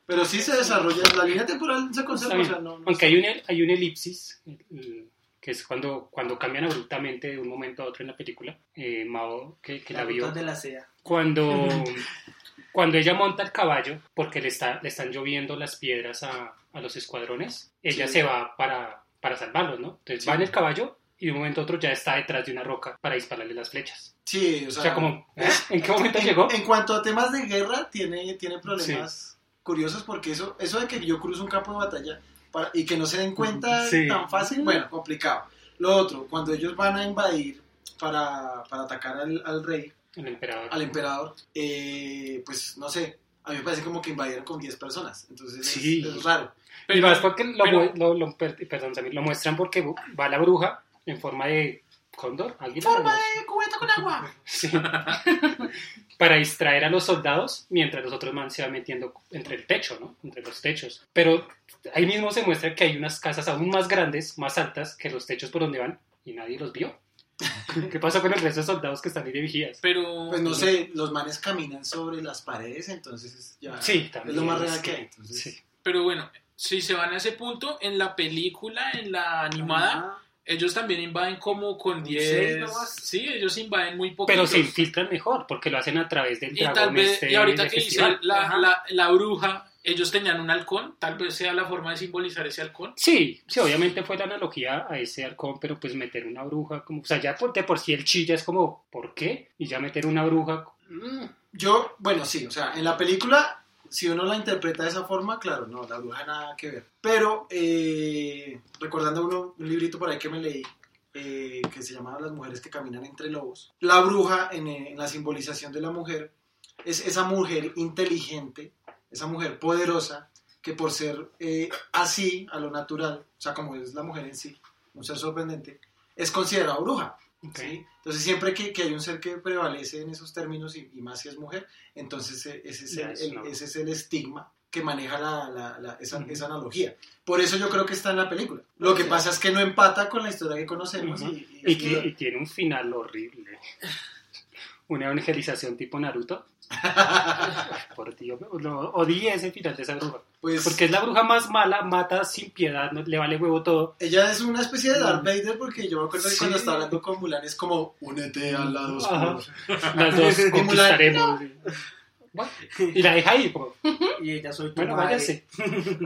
Speaker 7: Pero sí se desarrolla, la línea temporal se
Speaker 4: Está
Speaker 7: conserva, o
Speaker 4: bien.
Speaker 7: sea, no, no
Speaker 4: Aunque hay un, el- hay un elipsis, eh, que es cuando, cuando cambian abruptamente de un momento a otro en la película. Eh, Mao, que, que la,
Speaker 3: la
Speaker 4: vio,
Speaker 3: ruta de la seda.
Speaker 4: cuando, cuando ella monta el caballo, porque le, está, le están lloviendo las piedras a, a los escuadrones, ella
Speaker 3: Sí.
Speaker 4: se va para, para salvarlos, ¿no? Entonces va en el caballo y de un momento a otro ya está detrás de una roca para dispararle las flechas.
Speaker 7: Sí, o
Speaker 4: O
Speaker 7: sea,
Speaker 4: sea, como, ¿eh? ¿en qué momento llegó?
Speaker 7: en cuanto a temas de guerra, tiene, tiene problemas curiosos porque eso, eso de que yo cruzo un campo de batalla para- y que no se den cuenta
Speaker 4: Sí.
Speaker 7: tan fácil, bueno, complicado. Lo otro, cuando ellos van a invadir para, para atacar al, al rey,
Speaker 4: El emperador.
Speaker 7: al emperador, eh, pues no sé, a mí me parece como que invadieron con 10 personas, entonces es-
Speaker 4: Sí.
Speaker 7: es raro.
Speaker 4: y
Speaker 5: Pero-
Speaker 4: más porque lo,
Speaker 5: pero-
Speaker 4: mu- lo, lo- per- perdón, Samir, lo muestran porque va la bruja en forma de cóndor, águila.
Speaker 7: Forma
Speaker 4: no sé.
Speaker 6: Eh,
Speaker 7: de cubeta con agua.
Speaker 4: Sí. Para distraer a los soldados mientras los otros man se van metiendo entre el techo, ¿no? Entre los techos. Pero ahí mismo se muestra que hay unas casas aún más grandes, más altas que los techos por donde van y nadie los vio. ¿Qué pasa con el resto de soldados que están ahí de vigías?
Speaker 5: Pero.
Speaker 7: Pues no sé, los manes caminan sobre las paredes, entonces es ya
Speaker 4: Sí,
Speaker 7: es
Speaker 4: también.
Speaker 7: lo más real
Speaker 4: es
Speaker 7: que hay.
Speaker 4: que-
Speaker 7: entonces-
Speaker 4: Sí.
Speaker 5: Pero bueno, si se van a ese punto, en la película, en la animada, ellos también invaden como con
Speaker 3: seis
Speaker 5: 10.
Speaker 3: nomás.
Speaker 5: Sí, ellos invaden muy poco.
Speaker 4: Pero se infiltran mejor porque lo hacen a través del
Speaker 5: Y
Speaker 4: dragón
Speaker 5: tal vez,
Speaker 4: este
Speaker 5: y ahorita
Speaker 4: del
Speaker 5: que dice
Speaker 4: festival.
Speaker 5: la,
Speaker 3: Ajá.
Speaker 5: la, la bruja, ellos tenían un halcón, tal vez sea la forma de simbolizar ese halcón.
Speaker 4: Sí, sí, obviamente fue la analogía a ese halcón, pero pues meter una bruja, como, o sea, ya por, de por sí el chi ya es como, ¿por qué? Y ya meter una bruja, mm,
Speaker 7: Yo, bueno, sí, o sea, en la película, si uno la interpreta de esa forma, claro, no, la bruja nada que ver. Pero, eh, recordando uno, un librito por ahí que me leí, eh, que se llamaba Las mujeres que caminan entre lobos, la bruja, en, eh, en la simbolización de la mujer, es esa mujer inteligente, esa mujer poderosa, que por ser eh, así, a lo natural, o sea, como es la mujer en sí, un ser sorprendente, es considerada bruja.
Speaker 4: ok.
Speaker 7: ¿sí? Entonces, siempre que, que hay un ser que prevalece en esos términos y, y más si es mujer, entonces eh, ese es
Speaker 4: Ya,
Speaker 7: el,
Speaker 4: es
Speaker 7: el-
Speaker 4: una mujer.
Speaker 7: ese es el estigma que maneja la, la- la- esa,
Speaker 4: Ujú.
Speaker 7: esa analogía. Por eso yo creo que está en la película. Lo que pasa es que no empata con la historia que conocemos.
Speaker 4: Ujú.
Speaker 7: y, y-
Speaker 4: Y,
Speaker 7: y-
Speaker 4: ti- y tiene un final horrible. Una evangelización tipo Naruto. Por Dios, lo- odié ese final de esa bruja.
Speaker 7: pues
Speaker 4: Porque es la bruja más mala, mata sin piedad, no, le vale huevo todo.
Speaker 7: ella es una especie de Darth Vader porque yo me acuerdo que
Speaker 4: Sí.
Speaker 7: cuando estaba hablando con Mulan es como, únete al lado
Speaker 4: Ajá.
Speaker 7: oscuro.
Speaker 4: Las dos
Speaker 7: Mulan,
Speaker 4: conquistaremos. Bueno, Y la deja ir, como,
Speaker 3: Y ella soy tu
Speaker 4: Bueno,
Speaker 3: madre.
Speaker 4: váyase.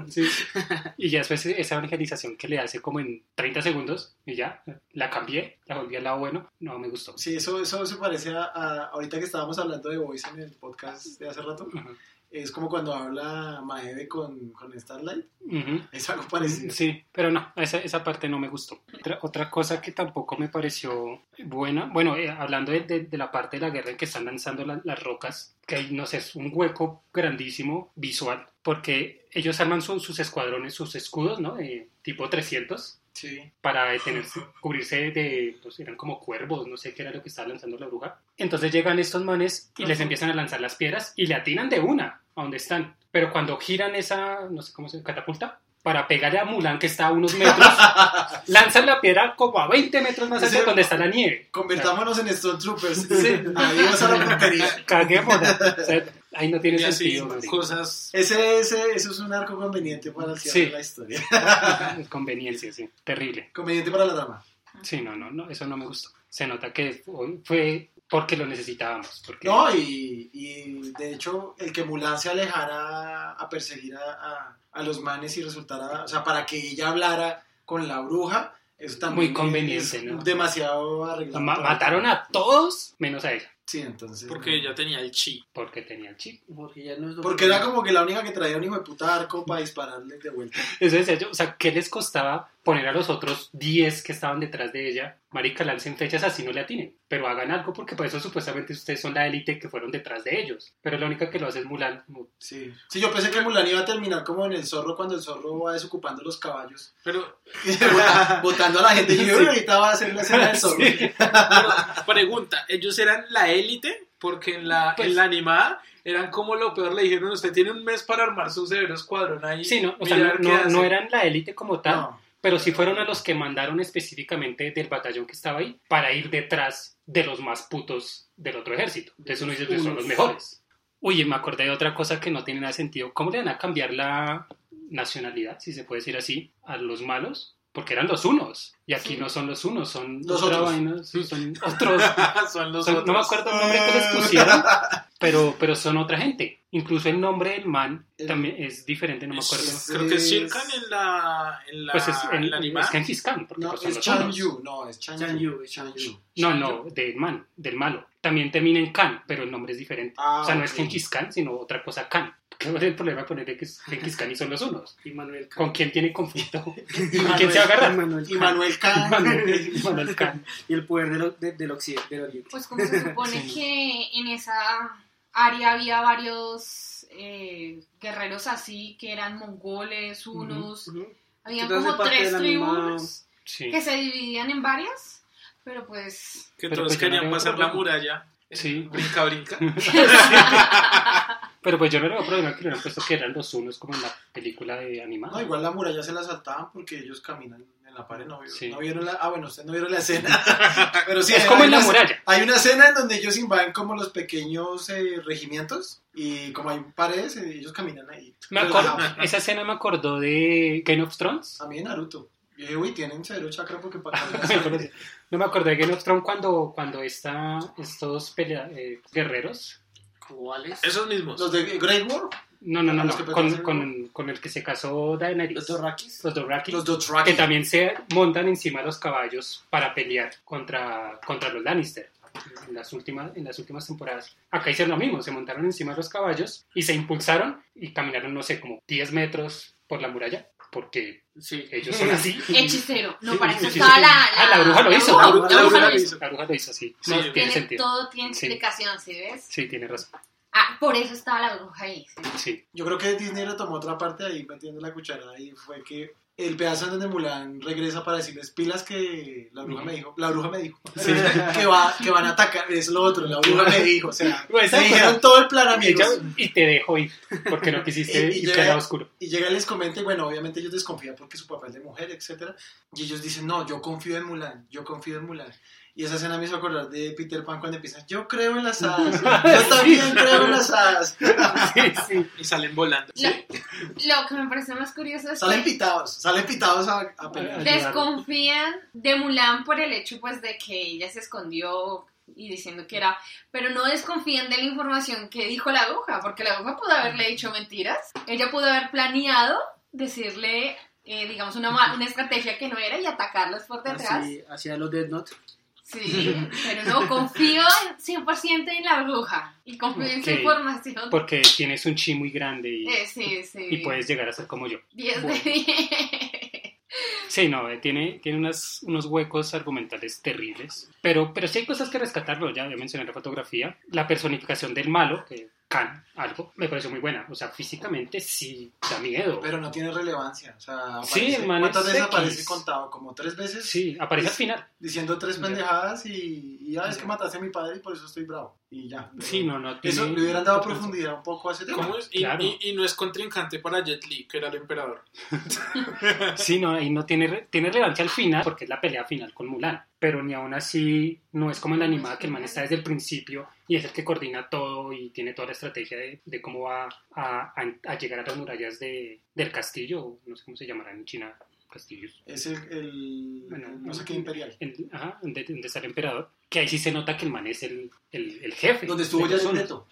Speaker 4: Sí. Y ya después e-, esa evangelización que le hace como en 30 segundos y ya, la cambié, la volví al lado bueno, no me gustó.
Speaker 7: Sí, eso, eso se parece a, a- ahorita que estábamos hablando de Voice en el podcast de hace rato.
Speaker 4: Ajá.
Speaker 7: Es como cuando habla Maeve con, con Starlight.
Speaker 4: Ujú.
Speaker 7: Es algo
Speaker 3: Pues,
Speaker 7: parecido.
Speaker 4: Sí, pero no, esa, esa parte no me gustó. Otra, otra cosa que tampoco me pareció buena, bueno, eh, hablando de, de- de la parte de la guerra en que están lanzando la- las rocas, que hay, no sé, es un hueco grandísimo visual, porque ellos arman su- sus escuadrones, sus escudos, ¿no? De tipo 300,
Speaker 7: Sí.
Speaker 4: para detenerse, cubrirse de, pues eran como cuervos, no sé qué era lo que estaba lanzando la bruja. Entonces llegan estos manes y les empiezan a lanzar las piedras y le atinan de una a donde están. Pero cuando giran esa, no sé cómo se catapulta, para pegarle a Mulan que está a unos metros, lanzan la piedra como a 20 metros más allá
Speaker 7: Ese-
Speaker 4: de donde está la nieve.
Speaker 7: Convertámonos en Stormtroopers. Ahí vas a la portería.
Speaker 4: Caguémosla. O sea, Ahí no tiene
Speaker 5: Y así,
Speaker 4: sentido, marica.
Speaker 5: cosas.
Speaker 7: Ese, ese, eso es un arco conveniente para el cierre
Speaker 4: Sí.
Speaker 7: de la historia.
Speaker 4: Conveniencia, sí. Terrible.
Speaker 7: Conveniente para la dama.
Speaker 5: Ah.
Speaker 4: Sí, no, no, no, eso no me gustó. Se nota que fue- fue porque lo necesitábamos. Porque
Speaker 7: No, y, y de hecho, el que Mulan se alejara a perseguir a, a- a los manes y resultara, o sea, para que ella hablara con la bruja, eso también
Speaker 4: Muy conveniente,
Speaker 7: es
Speaker 4: ¿no?
Speaker 7: demasiado arreglado.
Speaker 4: ma-
Speaker 7: para-
Speaker 4: mataron a todos menos a ella.
Speaker 7: Sí, entonces.
Speaker 5: Porque ella tenía el chi.
Speaker 4: Porque tenía el chip.
Speaker 3: Porque ya no es lo
Speaker 7: Porque era como que la única que traía un hijo de puta arco para dispararle de vuelta.
Speaker 4: Eso decía yo, o sea, ¿qué les costaba poner a los otros 10 que estaban detrás de ella? Marica, lancen fechas así, no le atinen. Pero hagan algo porque para eso supuestamente ustedes son la élite que fueron detrás de ellos. Pero la única que lo hace es Mulan. como-
Speaker 7: Sí. Sí, yo pensé que Mulan iba a terminar como en el zorro cuando el zorro va desocupando los caballos,
Speaker 5: Pero,
Speaker 7: bota- botando a la gente. Y yo
Speaker 4: Sí.
Speaker 7: ahorita va a hacer la escena del zorro.
Speaker 4: Sí.
Speaker 5: pero, pregunta, ellos eran la élite porque en la,
Speaker 4: Pues-
Speaker 5: en la animada eran como lo peor. Le dijeron, usted tiene un mes para armarse un severo escuadrón ahí.
Speaker 4: Sí, ¿no? O sea, no,
Speaker 5: mirar qué
Speaker 4: no- no
Speaker 5: hace".
Speaker 4: eran la élite como tal,
Speaker 7: No.
Speaker 4: pero sí fueron a los que mandaron específicamente del batallón que estaba ahí para ir detrás de los más putos del otro ejército. Entonces uno dice, "Pues son los mejores. Uy, y me acordé de otra cosa que no tiene nada de sentido. ¿Cómo le van a cambiar la nacionalidad, si se puede decir así, a los malos? Porque eran los unos. Y aquí no son los unos, son
Speaker 7: Los
Speaker 4: otra
Speaker 7: otros.
Speaker 4: vaina, son otros.
Speaker 5: Son los
Speaker 4: Son-
Speaker 5: otros.
Speaker 4: no me acuerdo el nombre que les pusieron, pero, pero son otra gente. Incluso el nombre del man
Speaker 7: El-
Speaker 4: también es diferente, no me acuerdo.
Speaker 5: Es- Creo que es Shirkan en la, en la,
Speaker 4: Pues es
Speaker 5: en
Speaker 4: el,
Speaker 5: la
Speaker 4: es
Speaker 5: animada.
Speaker 4: Genghis Khan, porque
Speaker 7: No,
Speaker 4: pues son
Speaker 7: es
Speaker 4: los
Speaker 7: Chan
Speaker 4: unos.
Speaker 7: Yu, no, es Chan
Speaker 3: Chan
Speaker 7: Yu.
Speaker 3: Yu, es Chan Yu.
Speaker 4: No, no, del man, del malo. También termina en Khan, pero el nombre es diferente.
Speaker 7: Ah,
Speaker 4: o sea, no es
Speaker 7: ok.
Speaker 4: Genghis Khan, sino otra cosa Khan. ¿Qué es el problema de ponerle que es Genghis Khan y son los unos?
Speaker 3: Y Manuel
Speaker 4: ¿Con quién tiene conflicto?
Speaker 3: ¿Y
Speaker 4: quién se va a agarrar?
Speaker 3: Manuel
Speaker 7: Y Manuel Khan.
Speaker 4: Manuel- Manuel Khan.
Speaker 3: Y el poder del, de- del occidente, del oriente.
Speaker 6: Pues como se supone que en esa área había varios eh, guerreros así, que eran mongoles, unos,
Speaker 3: Ujú.
Speaker 6: habían
Speaker 3: Entonces,
Speaker 6: como
Speaker 3: parte de
Speaker 6: tres
Speaker 3: la misma-
Speaker 6: tribus
Speaker 4: Sí.
Speaker 6: que se dividían en varias, pero pues...
Speaker 5: Que
Speaker 4: Pero
Speaker 5: todos
Speaker 4: pues yo no
Speaker 5: querían
Speaker 4: veo
Speaker 5: pasar
Speaker 4: problema.
Speaker 5: la muralla.
Speaker 4: Sí.
Speaker 5: Brinca, brinca.
Speaker 4: Pero pues yo no le veo problema que le han puesto que eran los unos como en la película de animada.
Speaker 7: No, igual la muralla se la saltaban porque ellos caminan en la pared. No, vi-
Speaker 4: Sí.
Speaker 7: no vieron la. Ah, bueno, ustedes no vieron la escena. Pero sí,
Speaker 4: es
Speaker 7: hay
Speaker 4: como en la
Speaker 7: una-
Speaker 4: muralla.
Speaker 7: Hay una escena en donde ellos invaden como los pequeños eh, regimientos y como hay paredes, eh, ellos caminan ahí.
Speaker 4: Me
Speaker 7: Relajados.
Speaker 4: acor- esa escena me acordó de Game of Thrones.
Speaker 7: A mí de Naruto. Yo dije, uy, tienen cero chakra porque para
Speaker 4: No me acordé de Game of Thrones cuando, cuando está estos pelea- eh, guerreros.
Speaker 3: ¿Cuáles?
Speaker 5: Esos mismos.
Speaker 7: Los de Great War,
Speaker 4: No, no, no,
Speaker 7: Los
Speaker 4: no.
Speaker 7: que
Speaker 4: Con,
Speaker 7: pertenecen-
Speaker 4: con- con el que se casó Daenerys.
Speaker 3: Los Dorrakis.
Speaker 4: Los Dothraki,
Speaker 7: los
Speaker 4: Que
Speaker 7: Dothraki.
Speaker 4: también se montan encima de los caballos para pelear contra, contra los Lannister. En las, últimas, en las últimas temporadas. Acá hicieron lo mismo. Se montaron encima de los caballos y se impulsaron y caminaron, no sé, como 10 metros por la muralla. Porque
Speaker 3: Sí.
Speaker 4: ellos son así.
Speaker 6: Hechicero, no,
Speaker 4: Sí,
Speaker 6: para eso
Speaker 4: sí, sí,
Speaker 6: estaba
Speaker 4: sí.
Speaker 6: la,
Speaker 4: Ah, la bruja lo hizo.
Speaker 6: bruja,
Speaker 5: La bruja-
Speaker 6: la bruja
Speaker 5: la
Speaker 6: lo hizo.
Speaker 4: La bruja lo hizo así.
Speaker 5: Sí,
Speaker 4: no,
Speaker 5: yo-
Speaker 4: tiene
Speaker 6: Tiene-
Speaker 4: sentido.
Speaker 6: todo tiene
Speaker 4: Sí.
Speaker 6: explicación, ¿sí ves?
Speaker 4: Sí, tiene razón.
Speaker 6: Ah, por eso estaba la bruja ahí. ¿sí?
Speaker 4: Sí.
Speaker 7: Yo creo que Disney le tomó otra parte ahí metiendo la cucharada y fue que el pedazo en donde Mulan regresa para decirles pilas que la bruja me dijo, la bruja me dijo
Speaker 4: Sí.
Speaker 7: que, va, que van a atacar, es lo otro, la bruja me dijo, o sea,
Speaker 4: Pues, esa
Speaker 7: me dijeron
Speaker 4: cosa-
Speaker 7: todo el plan
Speaker 4: Y,
Speaker 7: amigos.
Speaker 4: ya- y te dejo ir porque no quisiste
Speaker 7: Y- y
Speaker 4: irte
Speaker 7: llega-
Speaker 4: al lado oscuro.
Speaker 7: Y llega y les comenta, y bueno, obviamente ellos desconfían porque su papá es de mujer, etcétera, y ellos dicen, no, yo confío en Mulan, yo confío en Mulan. Y esa escena me hizo acordar de Peter Pan cuando empieza, yo creo en las hadas, yo también creo en las hadas.
Speaker 4: Sí, sí.
Speaker 5: Y salen volando.
Speaker 6: Lo, lo que me parece más curioso es
Speaker 7: Salen
Speaker 6: que
Speaker 7: pitados, salen pitados a, a pelear.
Speaker 6: desconfían de Mulan por el hecho pues de que ella se escondió y diciendo que era, pero no desconfían de la información que dijo la bruja, porque la bruja pudo haberle dicho mentiras, ella pudo haber planeado decirle, eh, digamos, una, ma- una estrategia que no era y atacarlos por detrás.
Speaker 3: Así, hacia los Dead Note.
Speaker 6: Sí, pero no, confío 100% en la bruja y confío en su
Speaker 4: Ok.
Speaker 6: información.
Speaker 4: Porque tienes un chi muy grande y,
Speaker 6: Eh, sí, sí.
Speaker 4: y puedes llegar a ser como yo.
Speaker 6: 10 de
Speaker 4: Bueno.
Speaker 6: 10.
Speaker 4: Sí, no, eh, tiene, tiene unas, unos huecos argumentales terribles. Pero, pero sí hay cosas que rescatarlo. Ya, ya mencioné la fotografía. La personificación del malo, que Khan, algo, me pareció muy buena. O sea, físicamente sí da miedo.
Speaker 7: Pero no tiene relevancia. O sea,
Speaker 4: Sí,
Speaker 7: aparece-
Speaker 4: el man
Speaker 7: ¿cuántas
Speaker 4: es
Speaker 7: veces
Speaker 4: X.
Speaker 7: aparece contado? Como tres veces
Speaker 4: Sí, aparece al final.
Speaker 7: diciendo tres
Speaker 4: Ya.
Speaker 7: "Ah, pendejadas y, y ya es que mataste a mi padre y por eso estoy bravo. y ya.
Speaker 4: Sí, no, no.
Speaker 7: Eso
Speaker 4: tiene-
Speaker 7: le hubieran dado profundidad un poco a ese tema.
Speaker 5: ¿Cómo es? Y,
Speaker 4: Claro.
Speaker 5: y- y no es contrincante para Jet Li, que era el emperador.
Speaker 4: Sí, no, ahí no tiene, re- tiene relevancia al final porque es la pelea final con Mulan. Pero ni aún así no es como en la animada que el man está desde el principio y es el que coordina todo y tiene toda la estrategia de, de cómo va a, a- a llegar a las murallas de, del castillo, o no sé cómo se llamarán en China, castillos.
Speaker 7: Es el, el-
Speaker 4: Bueno,
Speaker 7: no sé qué imperial.
Speaker 4: El- ajá, donde, donde está el emperador. Que ahí sí se nota que el man es el, el, el jefe.
Speaker 7: Donde estuvo
Speaker 4: de
Speaker 7: Jared
Speaker 4: personas.
Speaker 7: Leto.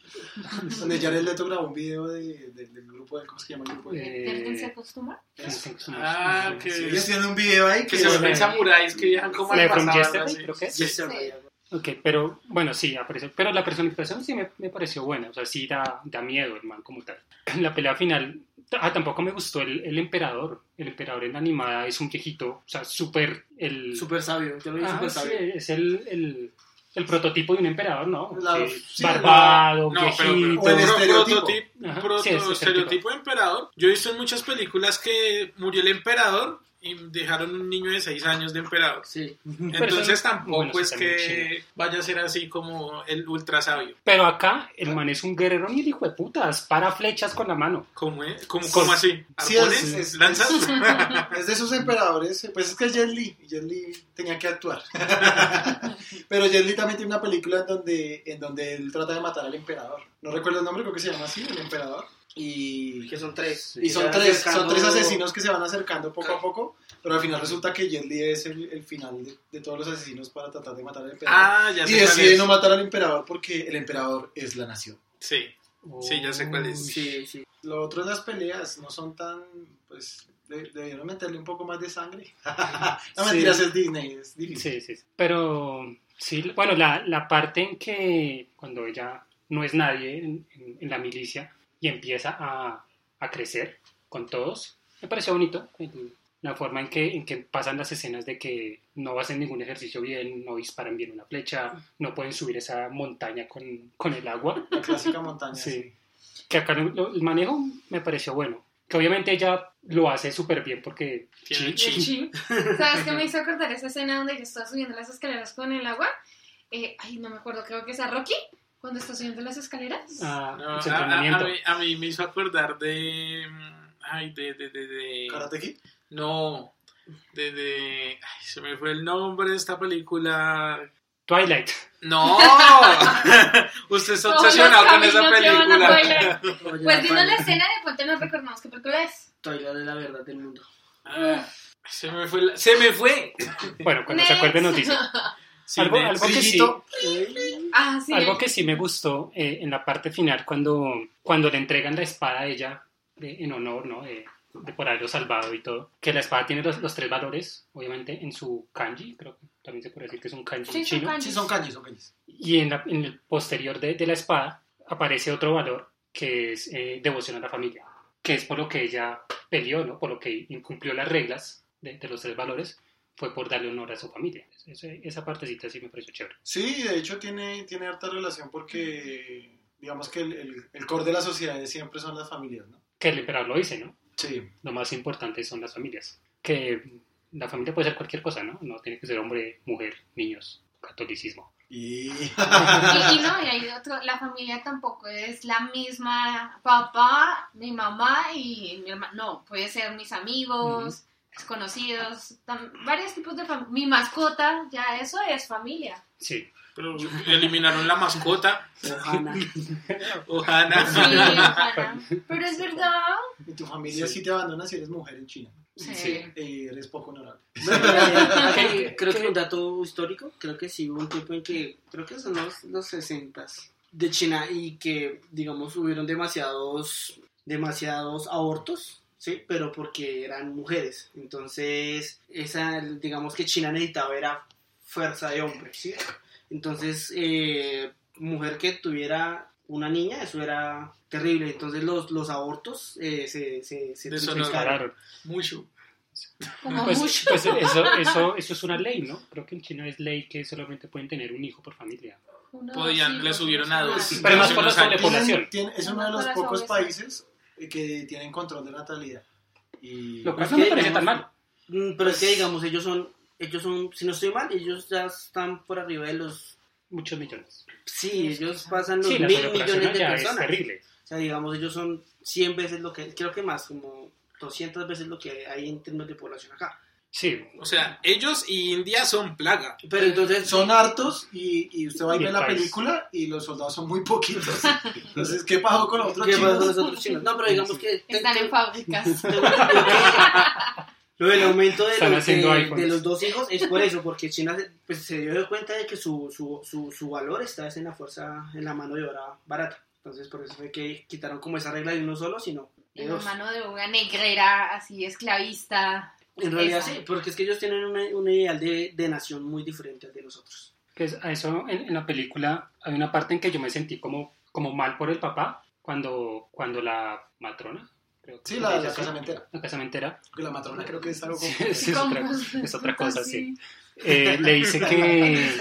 Speaker 7: Donde Jared Leto grabó un video de, de- del grupo, de, ¿cómo se llama el grupo? De,
Speaker 4: Eh,
Speaker 6: ¿Tienes acostumbrar?
Speaker 4: sí, sí,
Speaker 5: Ah,
Speaker 4: sí,
Speaker 5: que-
Speaker 4: sí.
Speaker 7: Sigue haciendo un video ahí
Speaker 5: Que
Speaker 7: que
Speaker 5: se
Speaker 7: es-
Speaker 5: vuelven samuráis que viajan como
Speaker 4: La de
Speaker 5: al
Speaker 4: From
Speaker 5: pasado. algo
Speaker 4: Yesterday,
Speaker 5: así.
Speaker 4: creo que es.
Speaker 3: Yesterday.
Speaker 4: Ok, pero bueno, sí, aparece. Pero la personificación sí me, me pareció buena, o sea, sí da, da miedo el man como tal. En la pelea final, ah, tampoco me gustó el, el emperador. El emperador en la animada es un viejito, o sea, súper. El...
Speaker 3: Súper sabio, yo lo vi
Speaker 4: Ah,
Speaker 3: súper
Speaker 4: sí,
Speaker 3: sabio.
Speaker 4: es el, el, el prototipo de un emperador, ¿no?
Speaker 7: La-
Speaker 4: Sí,
Speaker 7: sí,
Speaker 4: barbado,
Speaker 5: No, pero,
Speaker 4: viejito.
Speaker 7: O el
Speaker 5: pero-
Speaker 7: estereotipo.
Speaker 5: prototipo-
Speaker 4: Ajá,
Speaker 5: proto-
Speaker 4: sí, es estereotipo.
Speaker 5: estereotipo de emperador. Yo he visto en muchas películas que murió el emperador y dejaron un niño de 6 años de emperador.
Speaker 3: Sí.
Speaker 5: Entonces
Speaker 4: eso-
Speaker 5: tampoco
Speaker 4: bueno, eso
Speaker 5: es
Speaker 4: también
Speaker 5: que vaya a ser así como el ultra sabio.
Speaker 4: Pero acá el man es un guerrero ni el hijo de putas, para flechas con la mano.
Speaker 5: ¿Cómo, es? ¿Cómo,
Speaker 4: Sí.
Speaker 5: cómo así?
Speaker 7: Sí, es-
Speaker 5: ¿Arpones?
Speaker 7: es-
Speaker 5: ¿Lanzas?
Speaker 7: es de esos emperadores. eh, Pues es que es Jet Li. y Jet Li tenía que actuar. Pero Jet Li también tiene una película en donde, en donde él trata de matar al emperador. No recuerdo el nombre, creo que se llama así, el emperador. Y
Speaker 3: Que son tres.
Speaker 7: Y son
Speaker 3: Se van
Speaker 7: tres, son
Speaker 3: acercando-
Speaker 7: tres asesinos que se van acercando poco a poco, pero al final resulta que Jet Li es el, el final de, de todos los asesinos para tratar de matar al emperador.
Speaker 5: Ah, ya
Speaker 7: y
Speaker 5: sé cuál
Speaker 7: decide
Speaker 5: es.
Speaker 7: no matar al emperador porque el emperador es la nación.
Speaker 5: Sí, sí, ya sé cuál es.
Speaker 3: Sí, sí.
Speaker 7: Lo otro es las peleas, no son tan, pues, de- debieron meterle un poco más de sangre. no
Speaker 4: Sí.
Speaker 7: mentiras, es Disney, es difícil.
Speaker 4: Sí, sí, sí. Pero sí, bueno, la, la parte en que cuando ella no es nadie en, en- en la milicia y empieza a, a crecer con todos, me pareció bonito el- la forma en que, en que pasan las escenas de que no hacen ningún ejercicio bien, no disparan bien una flecha, no pueden subir esa montaña con, con el agua.
Speaker 7: La clásica montaña. Ah, sí.
Speaker 4: Sí. Que acá lo- lo- el manejo me pareció bueno. Que obviamente ella lo hace súper bien porque... Sí,
Speaker 5: Tiene chi.
Speaker 6: Sí. ¿Sabes qué me hizo acordar esa escena donde yo estaba subiendo las escaleras con el agua? Eh, ay, no me acuerdo, creo que es a Rocky, cuando está subiendo las escaleras.
Speaker 4: ah,
Speaker 5: No, a,
Speaker 4: su
Speaker 5: a- a
Speaker 4: entrenamiento.
Speaker 5: mí, a mí me hizo acordar de. mm, Ay, de. de, de, de-
Speaker 7: Karate Kid.
Speaker 5: no. De, de. Ay, se me fue el nombre de esta película.
Speaker 4: Twilight.
Speaker 5: ¡No! Usted está
Speaker 6: Todos los
Speaker 5: obsesionado con esa
Speaker 6: caminos llevan a
Speaker 5: película.
Speaker 6: Twilight.
Speaker 3: Oye,
Speaker 6: Pues dinos la
Speaker 3: Rafael,
Speaker 6: escena de pronto nos recordamos qué película es.
Speaker 3: Toila de la verdad del mundo.
Speaker 5: Ah, Se me fue. la- ¡Se me fue!
Speaker 4: Bueno, cuando se acuerde nos dice.
Speaker 5: Sí,
Speaker 4: algo,
Speaker 5: me-
Speaker 4: algo que sí,
Speaker 7: Brillito.
Speaker 6: Ah, sí.
Speaker 4: algo que sí me gustó eh, en la parte final cuando, cuando le entregan la espada a ella de- en honor, ¿no? De, de por haberlo salvado y todo. Que la espada tiene los, los tres valores, obviamente, en su kanji, creo que también se puede decir que es un kanji
Speaker 6: Sí, son
Speaker 4: chino.
Speaker 6: kanjis.
Speaker 7: Sí, son calles, son calles.
Speaker 4: Y en, la- en el posterior de, de la espada aparece otro valor que es eh, devoción a la familia, que es por lo que ella peleó, ¿no? Por lo que incumplió las reglas de, de los tres valores, fue por darle honor a su familia. Ese- esa partecita sí me pareció chévere.
Speaker 7: Sí, de hecho tiene, tiene harta relación porque digamos que el, el, el core de la sociedad siempre son las familias, ¿no?
Speaker 4: Que el emperador lo dice, ¿no?
Speaker 7: Sí.
Speaker 4: Lo más importante son las familias. Que la familia puede ser cualquier cosa, ¿no? No tiene que ser hombre, mujer, niños, catolicismo.
Speaker 7: Y...
Speaker 6: Y, y no, y hay otro, la familia tampoco es la misma, papá, mi mamá y mi hermano, no, puede ser mis amigos, desconocidos, tam- varios tipos de familia, mi mascota, ya eso es familia.
Speaker 4: Sí.
Speaker 5: Pero eliminaron la mascota.
Speaker 3: Ohana.
Speaker 6: Sí,
Speaker 5: Ohana.
Speaker 6: ojalá. pero es verdad.
Speaker 7: Y tu familia sí. te abandona si eres mujer en China.
Speaker 6: Sí.
Speaker 4: Sí.
Speaker 7: Y eres poco honorable.
Speaker 3: creo que un dato histórico, creo que sí hubo un tiempo en que, creo que son los, los 60 de China y que, digamos, hubieron demasiados, demasiados abortos, ¿sí? Pero porque eran mujeres. Entonces, esa, digamos que China necesitaba era fuerza de hombre, ¿sí? Entonces, eh, mujer que tuviera una niña, eso era terrible. Entonces, los, los abortos eh, se, se, se
Speaker 5: Deshonoraron.
Speaker 3: triplicaron.
Speaker 4: Claro.
Speaker 5: Mucho.
Speaker 6: Como
Speaker 4: Pues,
Speaker 6: mucho.
Speaker 4: pues eso, eso, eso es una ley, ¿no? Creo que en China es ley que solamente pueden tener un hijo por familia.
Speaker 6: Uno,
Speaker 5: Podían,
Speaker 6: dos,
Speaker 5: le
Speaker 6: sí,
Speaker 5: subieron a dos.
Speaker 4: Pero más
Speaker 5: Hace
Speaker 4: por
Speaker 5: unos
Speaker 4: la
Speaker 5: años.
Speaker 4: Población.
Speaker 7: Tienen- es uno de los
Speaker 6: Población,
Speaker 7: pocos
Speaker 6: sí.
Speaker 7: países que tienen control de natalidad. Y...
Speaker 4: Lo cual
Speaker 3: Pues
Speaker 4: no me
Speaker 3: que,
Speaker 4: parece
Speaker 3: digamos,
Speaker 4: tan mal.
Speaker 3: Pues, Mm, Pero es que digamos, ellos son, ellos son, si no estoy mal, ellos ya están por arriba de los
Speaker 4: muchos millones.
Speaker 3: Sí, ellos pasan los
Speaker 4: Sí, la
Speaker 3: mil millones
Speaker 4: sobreproducción
Speaker 3: de
Speaker 4: ya es
Speaker 3: personas.
Speaker 4: terrible.
Speaker 3: O sea, digamos, ellos son 100 veces lo que, creo que más, como 200 veces lo que hay en términos de población acá.
Speaker 4: Sí,
Speaker 5: O sea, ellos y India son plaga.
Speaker 3: Pero entonces,
Speaker 7: Son hartos y, y usted va y
Speaker 4: Y
Speaker 7: ve
Speaker 4: el
Speaker 7: la
Speaker 4: país.
Speaker 7: película y los soldados son muy poquitos. Entonces, ¿qué pasó con los otros
Speaker 3: ¿qué pasa con
Speaker 7: chinos?
Speaker 3: los otros chinos? No, pero digamos que...
Speaker 6: Están en fábricas.
Speaker 3: Lo del aumento de,
Speaker 4: Están
Speaker 3: los,
Speaker 4: haciendo
Speaker 3: de-
Speaker 4: iPhones.
Speaker 3: de los dos hijos es por eso, porque China se- pues, se dio cuenta de que su, su, su, su valor está es en la fuerza, en la mano de obra barata. Entonces, por eso fue que quitaron como esa regla de uno solo, sino de
Speaker 6: En la
Speaker 3: dos.
Speaker 6: mano de una negrera, así esclavista.
Speaker 3: En realidad
Speaker 6: Esa.
Speaker 3: sí, porque es que ellos tienen una- un ideal de, de nación muy diferente al de nosotros.
Speaker 4: Pues a eso en, en la película hay una parte en que yo me sentí como, como mal por el papá cuando, cuando la matrona, creo que
Speaker 7: Sí, la,
Speaker 4: ella
Speaker 7: la
Speaker 4: sí,
Speaker 7: casamentera.
Speaker 4: la casamentera,
Speaker 7: Porque la matrona creo que es algo...
Speaker 4: sí, es, otra,
Speaker 6: Como-
Speaker 4: es otra cosa, sí. Eh, le dice que,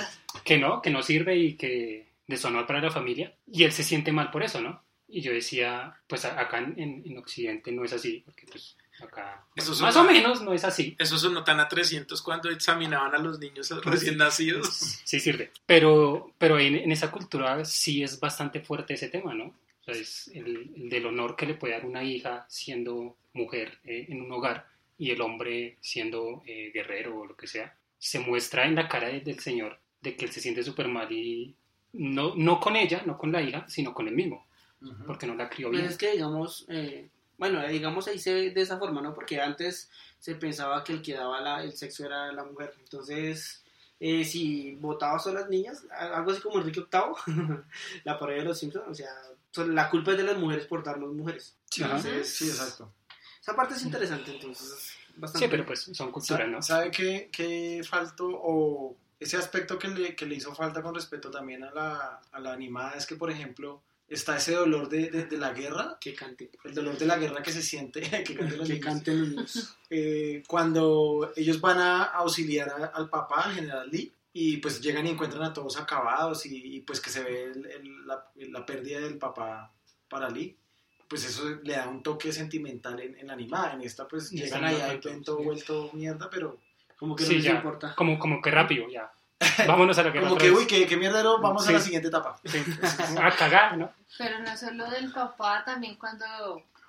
Speaker 4: que no, que no sirve y que deshonor para la familia. Y él se siente mal por eso, ¿no? Y yo decía, pues a- acá en, en Occidente no es así, porque pues acá
Speaker 5: Eso
Speaker 7: Pues
Speaker 5: es
Speaker 4: más
Speaker 5: una-
Speaker 4: o menos no es así.
Speaker 5: Eso sonó tan a 300 cuando examinaban a los niños recién nacidos.
Speaker 4: Sí sirve. Pero, pero en, en esa cultura sí es bastante fuerte ese tema, ¿no? O sea, es el, el del honor que le puede dar una hija siendo mujer eh, en un hogar y el hombre siendo eh, guerrero o lo que sea, se muestra en la cara de- del señor de que él se siente súper mal y no, no con ella, no con la hija, sino con él mismo,
Speaker 7: Ujú.
Speaker 4: porque no la crió
Speaker 3: Pues
Speaker 4: bien.
Speaker 3: es que digamos, eh, bueno, eh, digamos ahí se ve de esa forma, ¿no? Porque antes se pensaba que el que daba la- el sexo era la mujer. Entonces, eh, si votabas a las niñas, a- algo así como Enrique VIII, la parodia de los Simpsons, o sea, son- la culpa es de las mujeres por darnos mujeres.
Speaker 7: Sí,
Speaker 4: Ajá.
Speaker 7: sí, sí, exacto.
Speaker 3: Esa parte es interesante, entonces, es bastante.
Speaker 4: Sí, pero pues son culturas, ¿no?
Speaker 7: ¿Sabe qué, qué faltó o ese aspecto que le, que le hizo falta con respecto también a la, a la animada es que, por ejemplo, está ese dolor de, de- de la guerra,
Speaker 3: Que cante,
Speaker 7: el dolor de la guerra que se siente que cantan los
Speaker 3: que
Speaker 7: niños,
Speaker 3: canten los niños.
Speaker 7: eh, cuando ellos van a auxiliar a- al papá, al general Lee, y pues llegan y encuentran a todos acabados y, y, pues que se ve el- el- la, la pérdida del papá para Lee. Pues eso le da un toque sentimental en, en la animada. En esta, pues
Speaker 4: Y
Speaker 7: llegan
Speaker 4: están
Speaker 7: allá y
Speaker 4: muertos,
Speaker 7: ven todo
Speaker 4: sí.
Speaker 7: vuelto mierda, pero
Speaker 3: Como que
Speaker 4: Sí,
Speaker 3: no les
Speaker 4: ya.
Speaker 3: importa.
Speaker 4: Como, como que rápido, ya. Vámonos a la guerra.
Speaker 7: Como
Speaker 4: otra
Speaker 7: que,
Speaker 4: vez.
Speaker 7: uy, qué, qué mierdero, vamos a la
Speaker 4: Sí.
Speaker 7: siguiente etapa.
Speaker 4: Sí. A cagar, ¿no?
Speaker 6: Pero no solo del papá, también cuando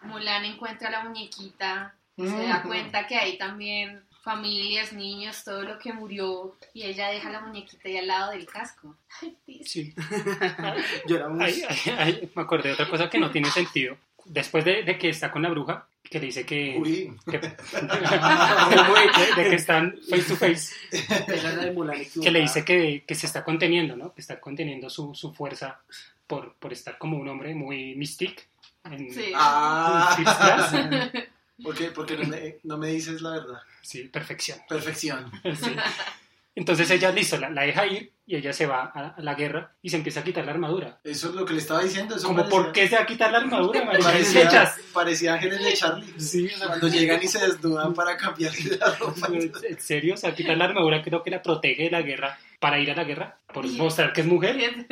Speaker 6: Mulan encuentra a la muñequita, se da
Speaker 7: Ujú.
Speaker 6: cuenta que hay también familias, niños, todo lo que murió, y ella deja la muñequita ahí al lado del casco. Ay, Dios.
Speaker 4: Sí.
Speaker 3: Lloramos.
Speaker 4: Ay, ay, ay, me acordé de otra cosa que no tiene sentido. Después de, de que está con la bruja, que le dice que,
Speaker 7: Uy,
Speaker 4: que- de, de que están face to face,
Speaker 3: Era la de Mulan
Speaker 4: que le
Speaker 3: equivocada.
Speaker 4: dice que, que se está conteniendo, ¿no? Que está conteniendo su, su fuerza por, por estar como un hombre muy mystic. en-
Speaker 6: Sí.
Speaker 7: ah,
Speaker 4: en Fitz Jazz.
Speaker 7: ¿por qué? Porque no me, no me dices la verdad.
Speaker 4: Sí, perfección.
Speaker 7: Perfección.
Speaker 4: Sí. Entonces ella, listo, la, la deja ir y ella se va a, a la guerra y se empieza a quitar la armadura.
Speaker 7: Eso es lo que le estaba diciendo. Eso
Speaker 4: Como, ¿por qué se va a quitar la armadura, marica? Es
Speaker 7: Parecía,
Speaker 4: ellas.
Speaker 7: parecía Ángeles de Charlie.
Speaker 4: Sí, o sea,
Speaker 7: Cuando llegan y se desnudan para cambiar la ropa.
Speaker 4: ¿En serio? O sea, quitar la armadura creo que la protege de la guerra para ir a la guerra, por mostrar que es mujer.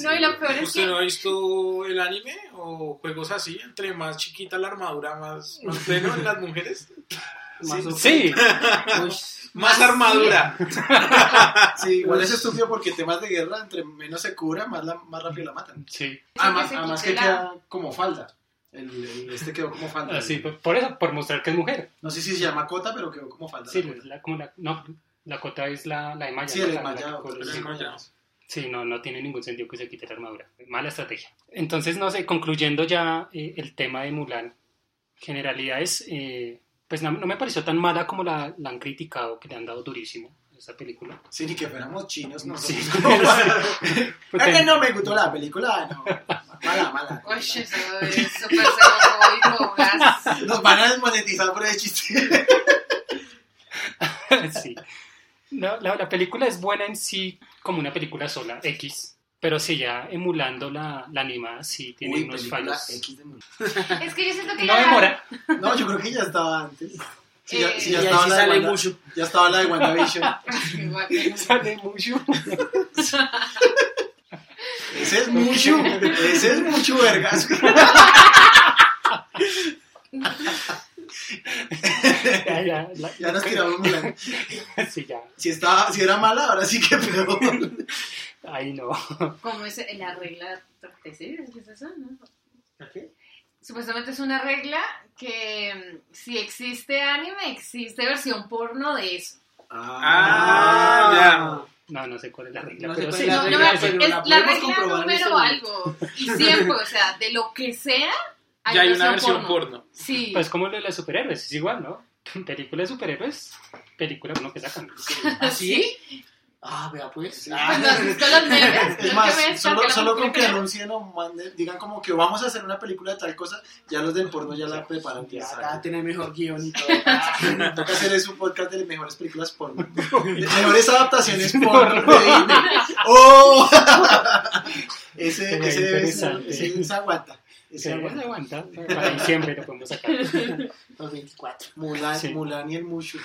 Speaker 6: No, y lo peor es
Speaker 5: ¿Usted
Speaker 6: que
Speaker 5: no ha visto el anime o juegos así? Entre más chiquita la armadura, más, más bueno en las mujeres.
Speaker 3: Más o-
Speaker 4: Sí,
Speaker 3: Uy,
Speaker 5: Más armadura.
Speaker 7: Sí, igual es estúpido porque temas de guerra, entre menos se cura, más, la, más rápido la matan.
Speaker 4: sí,
Speaker 7: Además,
Speaker 6: se
Speaker 7: además que
Speaker 6: quite
Speaker 7: queda como falda. El, el- este quedó como falda.
Speaker 4: así, por, por eso, por mostrar que es mujer.
Speaker 7: No sé si se llama cota, pero quedó como falda.
Speaker 4: Sí, la, como la, no, la cota es la, la de malla.
Speaker 7: Sí,
Speaker 4: ¿no?
Speaker 7: el
Speaker 4: La- la-
Speaker 7: desmayado.
Speaker 4: la-
Speaker 5: sí.
Speaker 4: Sí, no, no tiene ningún sentido que se quite la armadura. Mala estrategia. Entonces, no sé, concluyendo ya eh, el tema de Mulan, generalidades, eh, pues no, no me pareció tan mala como la, la han criticado, que le han dado durísimo a esta película.
Speaker 7: Sí, ni que fuéramos chinos
Speaker 4: Sí.
Speaker 7: nosotros.
Speaker 4: Pues,
Speaker 7: Es que
Speaker 4: ten-
Speaker 7: no me gustó la película, no. Mala, mala.
Speaker 6: Oye, eso es súper xenofóbico, gas.
Speaker 7: Nos van a desmonetizar por ese chiste.
Speaker 4: sí. No, la, la película es buena en sí como una película sola, X. Pero sí, ya emulando la, la animada, sí tiene
Speaker 7: Uy,
Speaker 4: unos
Speaker 7: película
Speaker 4: fallos.
Speaker 7: X de mundo.
Speaker 6: Es que yo siento que
Speaker 4: No
Speaker 6: la-
Speaker 4: demora.
Speaker 7: No, yo creo que ya estaba antes. Sí, ya,
Speaker 6: Eh,
Speaker 7: sí,
Speaker 3: Y
Speaker 7: ya
Speaker 3: ahí
Speaker 7: estaba
Speaker 3: sí
Speaker 7: la de
Speaker 3: sale
Speaker 7: Wanda-
Speaker 3: Mushu.
Speaker 7: ya estaba la de WandaVision.
Speaker 6: Igual que-
Speaker 4: Sale mucho.
Speaker 7: Ese es mucho, ese es mucho vergas.
Speaker 4: Ya, ya, la-
Speaker 7: Ya nos tiramos Mulan.
Speaker 4: sí, ya.
Speaker 7: Si, estaba, si era mala, ahora sí que peor.
Speaker 4: Ay, no.
Speaker 6: Como es la regla 36, ¿qué es eso? ¿No?
Speaker 3: ¿A qué?
Speaker 6: Supuestamente es una regla que mm, si existe anime, existe versión porno de eso.
Speaker 5: Ah,
Speaker 4: No, no sé cuál es la regla.
Speaker 3: No sé
Speaker 4: pero
Speaker 3: cuál
Speaker 4: sí.
Speaker 3: es la
Speaker 6: No, no,
Speaker 3: regla,
Speaker 6: me- es
Speaker 3: pero la
Speaker 6: la,
Speaker 3: podemos
Speaker 6: regla
Speaker 3: comprobar en
Speaker 6: número
Speaker 3: este
Speaker 6: algo. Y siempre, o sea, de lo que sea, hay,
Speaker 5: Ya hay
Speaker 6: versión,
Speaker 5: una versión
Speaker 6: porno.
Speaker 5: porno.
Speaker 6: Sí.
Speaker 4: Pues como lo de los superhéroes, es igual, ¿no? Película de superhéroes, película uno que sacan.
Speaker 3: ¿Así? Ah, vea pues. Ah.
Speaker 6: Cuando has visto los memes,
Speaker 7: Es
Speaker 6: los
Speaker 7: más,
Speaker 6: que ves,
Speaker 7: solo,
Speaker 6: porque la
Speaker 7: solo con que
Speaker 6: película-
Speaker 7: anuncien o manden, digan como que vamos a hacer una película de tal cosa, ya los del porno ya la preparan.
Speaker 3: Ya,
Speaker 7: Ya,
Speaker 3: acá tiene mejor guión y todo. Ah,
Speaker 7: Toca hacer es un podcast de mejores películas porno. De mejores adaptaciones porno. de Disney. ¡Oh! ese,
Speaker 4: Qué
Speaker 7: ese debe ser,
Speaker 4: interesante.
Speaker 7: ese se aguanta.
Speaker 4: Sí,
Speaker 7: Ese
Speaker 4: aguanta,
Speaker 7: aguanta.
Speaker 4: aguanta. Para diciembre lo podemos sacar.
Speaker 3: Los 24.
Speaker 7: Mulan,
Speaker 4: Sí.
Speaker 7: Mulan y el Mushu.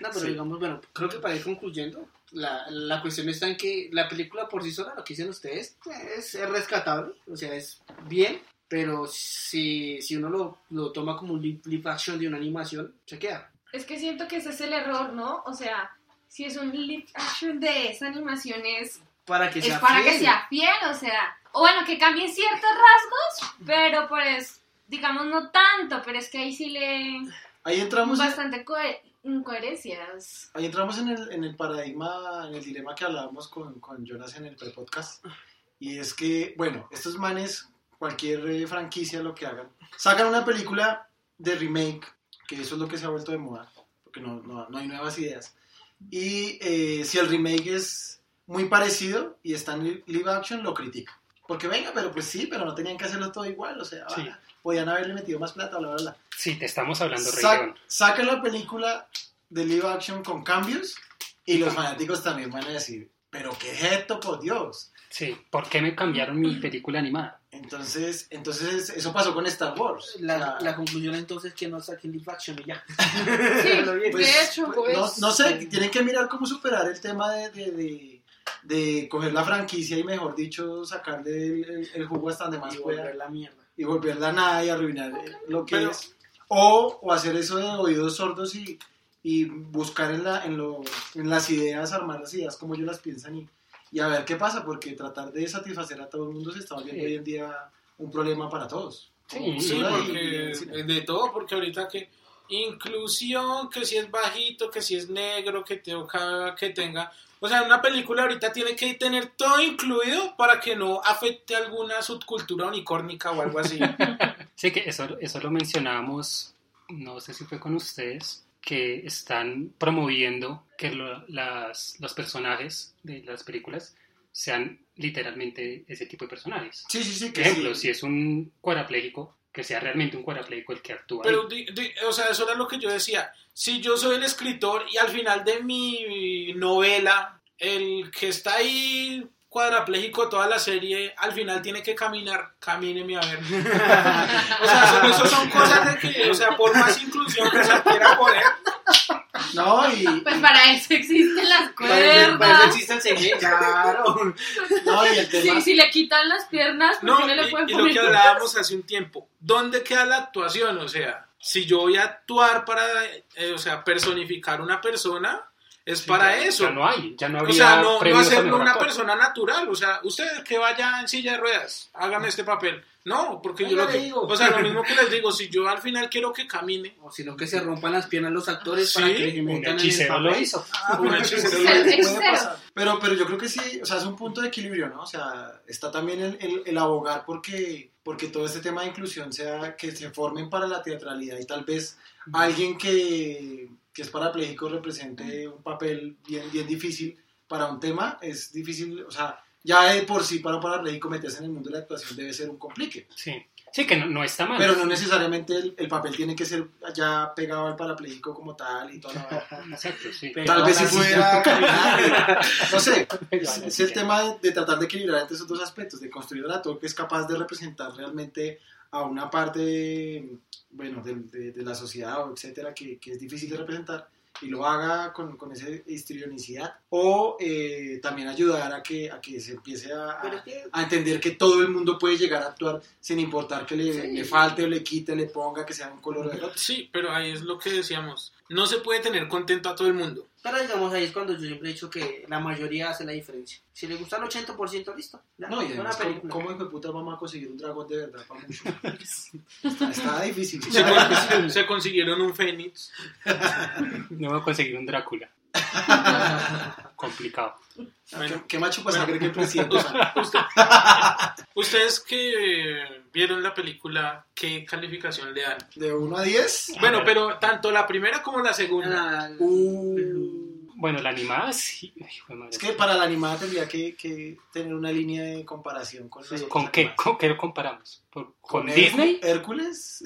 Speaker 3: No, pero
Speaker 4: Sí.
Speaker 3: digamos, bueno, creo que para ir concluyendo, la, la cuestión está en que la película por sí sola, lo que dicen ustedes, pues, es, es rescatable, o sea, es bien, pero si, si uno lo, lo toma como un li- live action de una animación, se queda.
Speaker 6: Es que siento que ese es el error, ¿no? O sea, si es un live action de esa animación es,
Speaker 3: Para que
Speaker 6: es
Speaker 3: sea
Speaker 6: para que
Speaker 3: fiel.
Speaker 6: sea fiel, o sea, o bueno, que cambien ciertos rasgos, pero pues, digamos, no tanto, pero es que ahí sí le...
Speaker 7: Ahí entramos,
Speaker 6: Bastante cohe- incoherencias.
Speaker 7: ahí entramos en, el, en el paradigma, en el dilema que hablábamos con, con Jonas en el pre-podcast. Y es que, bueno, estos manes, cualquier eh, franquicia, lo que hagan, sacan una película de remake, que eso es lo que se ha vuelto de moda, porque no, no- no hay nuevas ideas. Y eh, si el remake es muy parecido y está en li- live action, lo critican. Porque venga, pero pues sí, pero no tenían que hacerlo todo igual, o sea,
Speaker 4: Sí.
Speaker 7: ah, podían haberle metido más plata, bla, bla, bla.
Speaker 4: Sí, te estamos hablando, Rey
Speaker 7: Sa-
Speaker 4: León.
Speaker 7: saca la película de live action con cambios y los fanáticos también van a decir, pero qué es esto, por Dios.
Speaker 4: Sí, ¿por qué me cambiaron mi película animada?
Speaker 7: Entonces, entonces eso pasó con Star Wars.
Speaker 3: La,
Speaker 7: O sea,
Speaker 3: la conclusión entonces es que no saquen live action y ya.
Speaker 6: Sí,
Speaker 3: Lo bien.
Speaker 7: pues,
Speaker 6: de hecho,
Speaker 7: pues,
Speaker 6: pues,
Speaker 7: no, no sé, tienen que mirar cómo superar el tema de, de- de- de coger la franquicia y mejor dicho sacarle el, el- el jugo hasta donde más
Speaker 3: Y
Speaker 7: pueda
Speaker 3: volver la mierda.
Speaker 7: y volverla a nada y arruinar eh, lo que
Speaker 5: Pero-
Speaker 7: es. O, o hacer eso de oídos sordos y, y buscar en, la, en, lo- en las ideas, armar las ideas como ellos las piensan y, y a ver qué pasa, porque tratar de satisfacer a todo el mundo se está volviendo
Speaker 4: Sí.
Speaker 7: hoy en día un problema para todos.
Speaker 4: Sí,
Speaker 5: Sí,
Speaker 7: Sí,
Speaker 5: porque
Speaker 7: sí.
Speaker 5: de todo, porque ahorita que inclusión, que si es bajito, que si es negro, que tenga, que tenga, o sea, una película ahorita tiene que tener todo incluido para que no afecte alguna subcultura unicórnica o algo así.
Speaker 4: Sí, que eso, eso lo mencionábamos, no sé si fue con ustedes, que están promoviendo que lo- las, los personajes de las películas sean literalmente ese tipo de personajes.
Speaker 7: Sí, sí, sí.
Speaker 4: Por
Speaker 7: Que
Speaker 4: ejemplo,
Speaker 7: sí.
Speaker 4: si es un cuadrapléjico, que sea realmente un cuadrapléjico el que actúa.
Speaker 5: Pero,
Speaker 4: ahí.
Speaker 5: di- di- o sea, eso era lo que yo decía. Si yo soy el escritor y al final de mi novela, el que está ahí cuadrapléjico toda la serie, al final tiene que caminar, camíneme a ver. o sea, son- eso son cosas de que, o sea, por más inclusión que se quiera poner,
Speaker 7: No, y,
Speaker 6: pues para eso existen las
Speaker 3: Para eso- para eso
Speaker 6: cuerdas.
Speaker 3: existe el CG, claro.
Speaker 7: no, y el tema...
Speaker 6: Sí, si le quitan las piernas, ¿por qué
Speaker 5: no,
Speaker 6: no le
Speaker 5: y,
Speaker 6: pueden
Speaker 5: y lo
Speaker 6: poner?
Speaker 5: que hablábamos hace un tiempo, ¿dónde queda la actuación? O sea, si yo voy a actuar para, eh, o sea, personificar una persona, es para
Speaker 4: ya,
Speaker 5: eso.
Speaker 4: Ya no hay, ya no
Speaker 5: O
Speaker 4: habría
Speaker 5: sea, no, no
Speaker 4: premios a
Speaker 5: hacerlo
Speaker 4: mejor
Speaker 5: una
Speaker 4: actor.
Speaker 5: persona natural. O sea, usted que vaya en silla de ruedas, hágame este papel. No, porque yo
Speaker 3: Venga,
Speaker 5: lo que.
Speaker 3: le digo.
Speaker 5: O sea, lo mismo que les digo, si yo al final quiero que camine.
Speaker 3: O sino que se rompan las piernas los actores para
Speaker 5: Sí,
Speaker 3: que les
Speaker 4: Un
Speaker 3: metan en el
Speaker 4: hechicero lo
Speaker 3: papel.
Speaker 4: hizo.
Speaker 5: Ah, bueno, sí, se lo
Speaker 6: Sí.
Speaker 5: digo.
Speaker 7: puede
Speaker 6: Exacto.
Speaker 7: pasar. Pero, pero yo creo que sí, o sea, es un punto de equilibrio, ¿no? O sea, está también el, el, el abogar porque, porque todo este tema de inclusión sea que se formen para la teatralidad y tal vez alguien que, que es parapléjico represente un papel bien, bien difícil para un tema, es difícil, o sea, ya de por sí para un parapléjico meterse en el mundo de la actuación debe ser un complique.
Speaker 4: Sí, sí que no, no está mal.
Speaker 7: Pero no necesariamente el, el papel tiene que ser ya pegado al parapléjico como tal y toda la vaina.
Speaker 4: Exacto, sí.
Speaker 3: Pero
Speaker 7: Tal vez si
Speaker 3: ahora sí
Speaker 7: pudiera caminar, eh, no sé,
Speaker 4: Pero
Speaker 7: es,
Speaker 4: ahora
Speaker 7: es
Speaker 4: sí
Speaker 7: el
Speaker 4: ya.
Speaker 7: tema de, de tratar de equilibrar entre esos dos aspectos, de construir un actor que es capaz de representar realmente a una parte, bueno, de, de- de la sociedad o etcétera, que, que es difícil de representar y lo haga con, con esa histrionicidad o eh, también ayudar a que, a que se empiece a,
Speaker 3: Pero es que-
Speaker 7: a entender que todo el mundo puede llegar a actuar sin importar que le,
Speaker 6: Sí.
Speaker 7: le falte o le quite, le ponga, que sea un color o del otro.
Speaker 5: Sí, pero ahí es lo que decíamos. No se puede tener contento a todo el mundo.
Speaker 3: Pero digamos, ahí es cuando yo siempre he dicho que la mayoría hace la diferencia. Si le gusta el 80%, listo. ya,
Speaker 7: No, y
Speaker 3: buena
Speaker 7: además, ¿cómo,
Speaker 3: película.
Speaker 7: cómo hijo de puta vamos a conseguir un dragón de verdad para mucho? Está, está difícil.
Speaker 5: Se, con- se consiguieron un Fénix.
Speaker 4: No voy a conseguir un Drácula. Complicado.
Speaker 7: ¿Qué, qué macho pasa cree que el presidente?
Speaker 5: Ustedes que eh, vieron la película, ¿qué calificación le dan?
Speaker 7: ¿De 1 a 10?
Speaker 5: Bueno, pero tanto la primera como la segunda.
Speaker 3: La- la-
Speaker 7: Uh,
Speaker 4: Bueno, la animada sí. Ay, hijo de madre.
Speaker 7: es que para la animada tendría que, que tener una línea de comparación con las
Speaker 4: ¿Con
Speaker 7: otras
Speaker 4: qué?
Speaker 7: animadas.
Speaker 4: ¿Con qué lo comparamos? ¿Por- ¿Con,
Speaker 7: Hércu-
Speaker 4: Disney?
Speaker 7: ¿Hércules?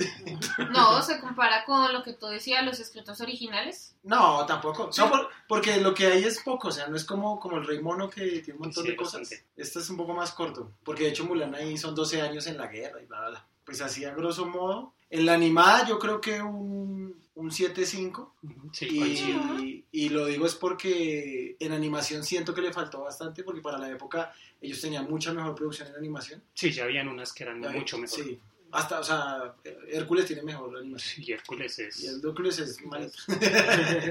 Speaker 6: No, se compara con lo que tú decías, los escritores originales.
Speaker 7: No, tampoco.
Speaker 5: Sí.
Speaker 7: No, por- porque lo que hay es poco, o sea, no es como, como el Rey Mono que tiene un montón
Speaker 4: Sí,
Speaker 7: de cosas.
Speaker 4: bastante.
Speaker 7: Este es un poco más corto, porque de hecho Mulan ahí son 12 años en la guerra y bla, bla, bla. Pues así a grosso modo. En la animada yo creo que un, un 7.5
Speaker 4: Ujú, Sí, coincido.
Speaker 7: y, y lo digo es porque en animación siento que le faltó bastante porque para la época ellos tenían mucha mejor producción en animación.
Speaker 4: Sí, ya habían unas que eran mucho mejor.
Speaker 7: Sí, hasta, o sea, Hércules tiene mejor animación.
Speaker 4: Y Hércules
Speaker 7: Y
Speaker 4: es.
Speaker 7: el Hércules es malito.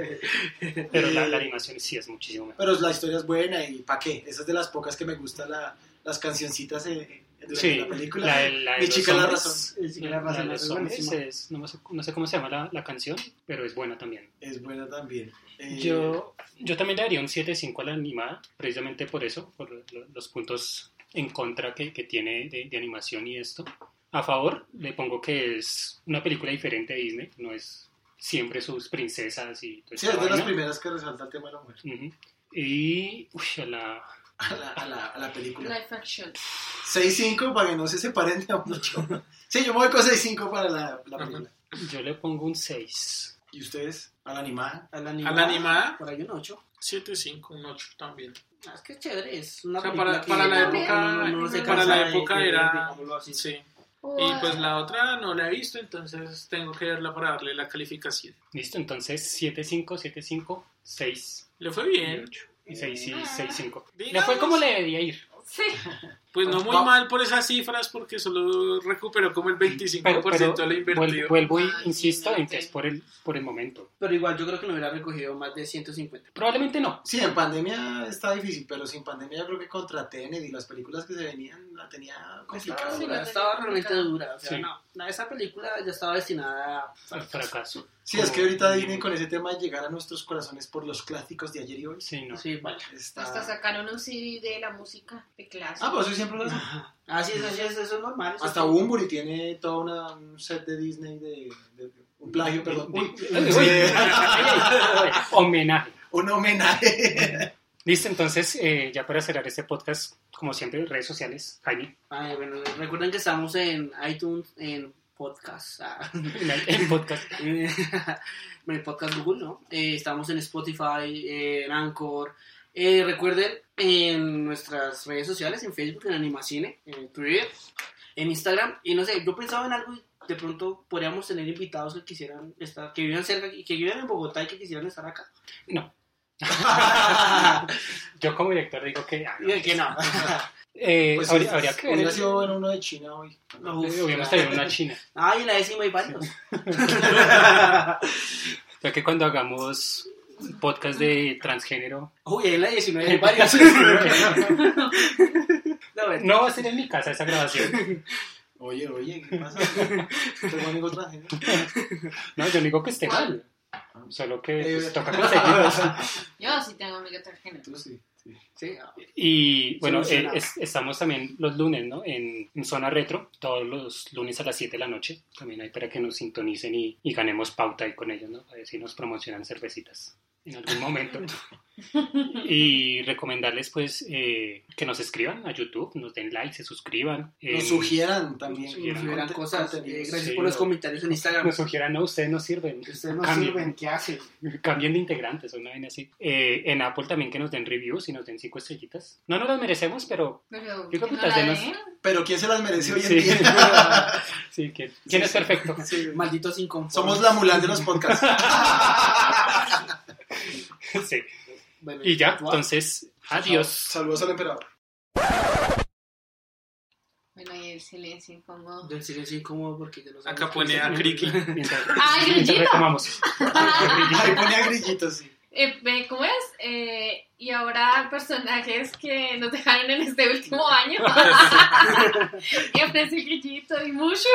Speaker 4: Pero la, la
Speaker 7: Eh,
Speaker 4: animación sí es muchísimo mejor.
Speaker 7: Pero la historia es buena y ¿pa' qué? Esa es de las pocas que me gustan la- las cancioncitas en, en- durante
Speaker 4: Sí,
Speaker 7: la película.
Speaker 4: la de- la de
Speaker 7: Mi
Speaker 4: los
Speaker 7: chica la
Speaker 4: hombres.
Speaker 7: razón.
Speaker 3: el chico la
Speaker 4: La
Speaker 3: raza
Speaker 4: de
Speaker 3: la
Speaker 4: los
Speaker 3: hace
Speaker 4: hombres
Speaker 3: buenísima.
Speaker 4: es- no, sé- no sé cómo se llama la, la canción, pero es buena también.
Speaker 7: Es buena también. Eh,
Speaker 4: Yo, yo también le daría un 7.5 a la animada, precisamente por eso, por lo- los puntos en contra que, que tiene de, de animación y esto. A favor, le pongo que es una película diferente de Disney, no es siempre sus princesas y todo
Speaker 7: Sí, es de las primeras que resalta el tema de la mujer.
Speaker 4: Y uy, a la,
Speaker 7: A la, a la, a la película.
Speaker 6: Life action.
Speaker 7: 6-5 para que no se separen de mucho. Sí, yo me voy con 6-5 para la, la película.
Speaker 4: yo le pongo un 6.
Speaker 7: ¿Y ustedes? ¿A la animada?
Speaker 3: A la
Speaker 5: ¿A la animada?
Speaker 3: Por ahí un 8.
Speaker 5: 7, 5, un 8 también.
Speaker 3: Ah, es que es chévere. Es una
Speaker 5: O sea,
Speaker 3: película
Speaker 5: para-
Speaker 3: que
Speaker 5: para la
Speaker 3: no-
Speaker 5: época-
Speaker 3: no- no- no se
Speaker 5: para
Speaker 3: cansa
Speaker 5: la
Speaker 3: de-
Speaker 5: época
Speaker 3: de-
Speaker 5: era-
Speaker 3: digámoslo así.
Speaker 5: Sí.
Speaker 6: O,
Speaker 5: Y pues la otra no la he visto, entonces tengo que verla para darle la calificación.
Speaker 4: Listo, entonces 7.5, 7.5, 6.
Speaker 5: Le fue bien.
Speaker 4: Y 6 y 6.5. Le
Speaker 5: Digamos.
Speaker 4: fue como le debía ir.
Speaker 6: Sí,
Speaker 5: Pues no muy
Speaker 7: Va-
Speaker 5: mal por esas cifras porque solo recuperó como el 25% de lo
Speaker 4: vuelvo,
Speaker 5: invertido.
Speaker 4: vuelvo y
Speaker 6: Ah,
Speaker 4: insisto en
Speaker 6: imagínate.
Speaker 4: que es por el, por el momento.
Speaker 3: Pero igual yo creo que no hubiera recogido más de 150.
Speaker 4: Probablemente no.
Speaker 7: Sí, en pandemia está difícil, pero sin pandemia yo creo que contra Tenet y las películas que se venían la tenía
Speaker 3: Pues Estaba,
Speaker 7: complicada.
Speaker 6: sí,
Speaker 3: dura,
Speaker 6: la
Speaker 3: estaba
Speaker 6: tenía
Speaker 3: realmente
Speaker 6: complicada.
Speaker 3: dura. O sea,
Speaker 4: Sí.
Speaker 3: no, no, esa película ya estaba destinada
Speaker 4: Al fracaso.
Speaker 7: Sí, es que ahorita Disney con ese tema de llegar a nuestros corazones por los clásicos de ayer y hoy.
Speaker 4: Sí,
Speaker 3: a...
Speaker 4: no.
Speaker 3: Sí, vale.
Speaker 6: hasta
Speaker 7: Está...
Speaker 6: sacaron un CD de la música de clase.
Speaker 7: Ah, pues eso siempre lo hacen.
Speaker 3: Así es, así es, Ah, eso es normal. eso
Speaker 7: Hasta
Speaker 3: es-
Speaker 7: Bunbury tiene todo una, un set de Disney de, de- de- un plagio, perdón,
Speaker 4: Di-
Speaker 7: Uy,
Speaker 4: di-
Speaker 7: un-
Speaker 4: uy,
Speaker 7: sí,
Speaker 4: ay, ay, ay, Homenaje.
Speaker 7: un homenaje.
Speaker 4: Listo, entonces, eh, ya para cerrar este podcast, como siempre, redes sociales, Jaime,
Speaker 3: Ay, bueno, recuerden que estamos en iTunes, en podcast. ah,
Speaker 4: en el, en podcast.
Speaker 3: en Eh, el podcast Google, ¿no? Eh, estamos en Spotify, eh, en Anchor. Eh, recuerden en nuestras redes sociales, en Facebook, en Animacine, en Twitter, en Instagram. Y no sé, yo pensaba en algo y de pronto podríamos tener invitados que quisieran estar, que vivan cerca, que vivan en Bogotá y que quisieran estar acá.
Speaker 4: No. Yo como director digo que... ah, no.
Speaker 3: y que no.
Speaker 4: Eh,
Speaker 7: Pues
Speaker 4: habría,
Speaker 7: sí,
Speaker 4: habría que ver.
Speaker 7: Hubiera sido bueno uno de China hoy.
Speaker 3: No,
Speaker 4: Eh, Hubiéramos
Speaker 3: uf,
Speaker 4: tenido una china.
Speaker 3: Ay, en la décima hay varios.
Speaker 4: Ya que cuando hagamos un podcast de transgénero...
Speaker 3: Uy, en la 19 hay varios. No, bueno.
Speaker 4: No va a ser en mi casa esa grabación.
Speaker 7: Oye, oye, ¿qué pasa? Tengo ¿eh? amigo traje.
Speaker 4: Pues,
Speaker 7: ¿no?
Speaker 4: No, yo no digo que esté mal. Solo que
Speaker 7: Eh,
Speaker 4: pues, toca conseguirlos.
Speaker 6: Yo sí tengo amiga transgénero.
Speaker 7: Tú sí. sí.
Speaker 3: Sí,
Speaker 4: Y bueno,
Speaker 3: Solucionado.
Speaker 4: eh, es- estamos también los lunes, ¿no? En, en Zona Retro, todos los lunes a las 7 de la noche. También hay para que nos sintonicen y, y ganemos pauta ahí con ellos, ¿no? A ver si nos promocionan cervecitas en algún momento. y recomendarles, pues, eh, que nos escriban a YouTube, nos den like, se suscriban. eh,
Speaker 7: Nos sugieran también.
Speaker 3: Nos
Speaker 4: sugieran
Speaker 3: hubieran
Speaker 7: Conte-
Speaker 3: cosas.
Speaker 7: contenido.
Speaker 3: eh, gracias
Speaker 4: Sí,
Speaker 3: por los
Speaker 4: no.
Speaker 3: comentarios en Instagram.
Speaker 4: nos sugieran, no, ustedes no sirven.
Speaker 3: Ustedes no
Speaker 4: Cambien.
Speaker 3: sirven, ¿qué hacen?
Speaker 4: Cambien de integrantes, una vaina así. Eh, en Apple también que nos den reviews y nos den cinco estrellitas. No nos las merecemos, pero
Speaker 6: Pero
Speaker 4: Yo creo que
Speaker 6: no
Speaker 4: las
Speaker 6: la
Speaker 4: demás-
Speaker 6: ven.
Speaker 7: Pero ¿quién se las merece hoy en
Speaker 4: Sí.
Speaker 7: día?
Speaker 4: sí, ¿quién, quién es perfecto?
Speaker 7: Sí.
Speaker 3: Malditos inconformes.
Speaker 7: Somos la mulán de los podcasts.
Speaker 4: Sí.
Speaker 3: Bueno,
Speaker 4: Y ya,
Speaker 3: ¿tú?
Speaker 4: entonces, adiós.
Speaker 7: Saludos al emperador.
Speaker 6: Bueno, y el silencio incómodo.
Speaker 3: Del silencio incómodo porque ya no sabemos
Speaker 5: Acá
Speaker 3: qué
Speaker 5: pone
Speaker 3: hacer.
Speaker 5: a Criqui.
Speaker 4: Mientras,
Speaker 6: ¡Ay,
Speaker 4: mientras
Speaker 6: Grillito!
Speaker 4: retomamos.
Speaker 7: Ahí ponía grillitos, sí.
Speaker 6: eh, eh, ¿Cómo es? Eh, y ahora personajes que nos dejaron en este último año. y aparece el grillito y mucho.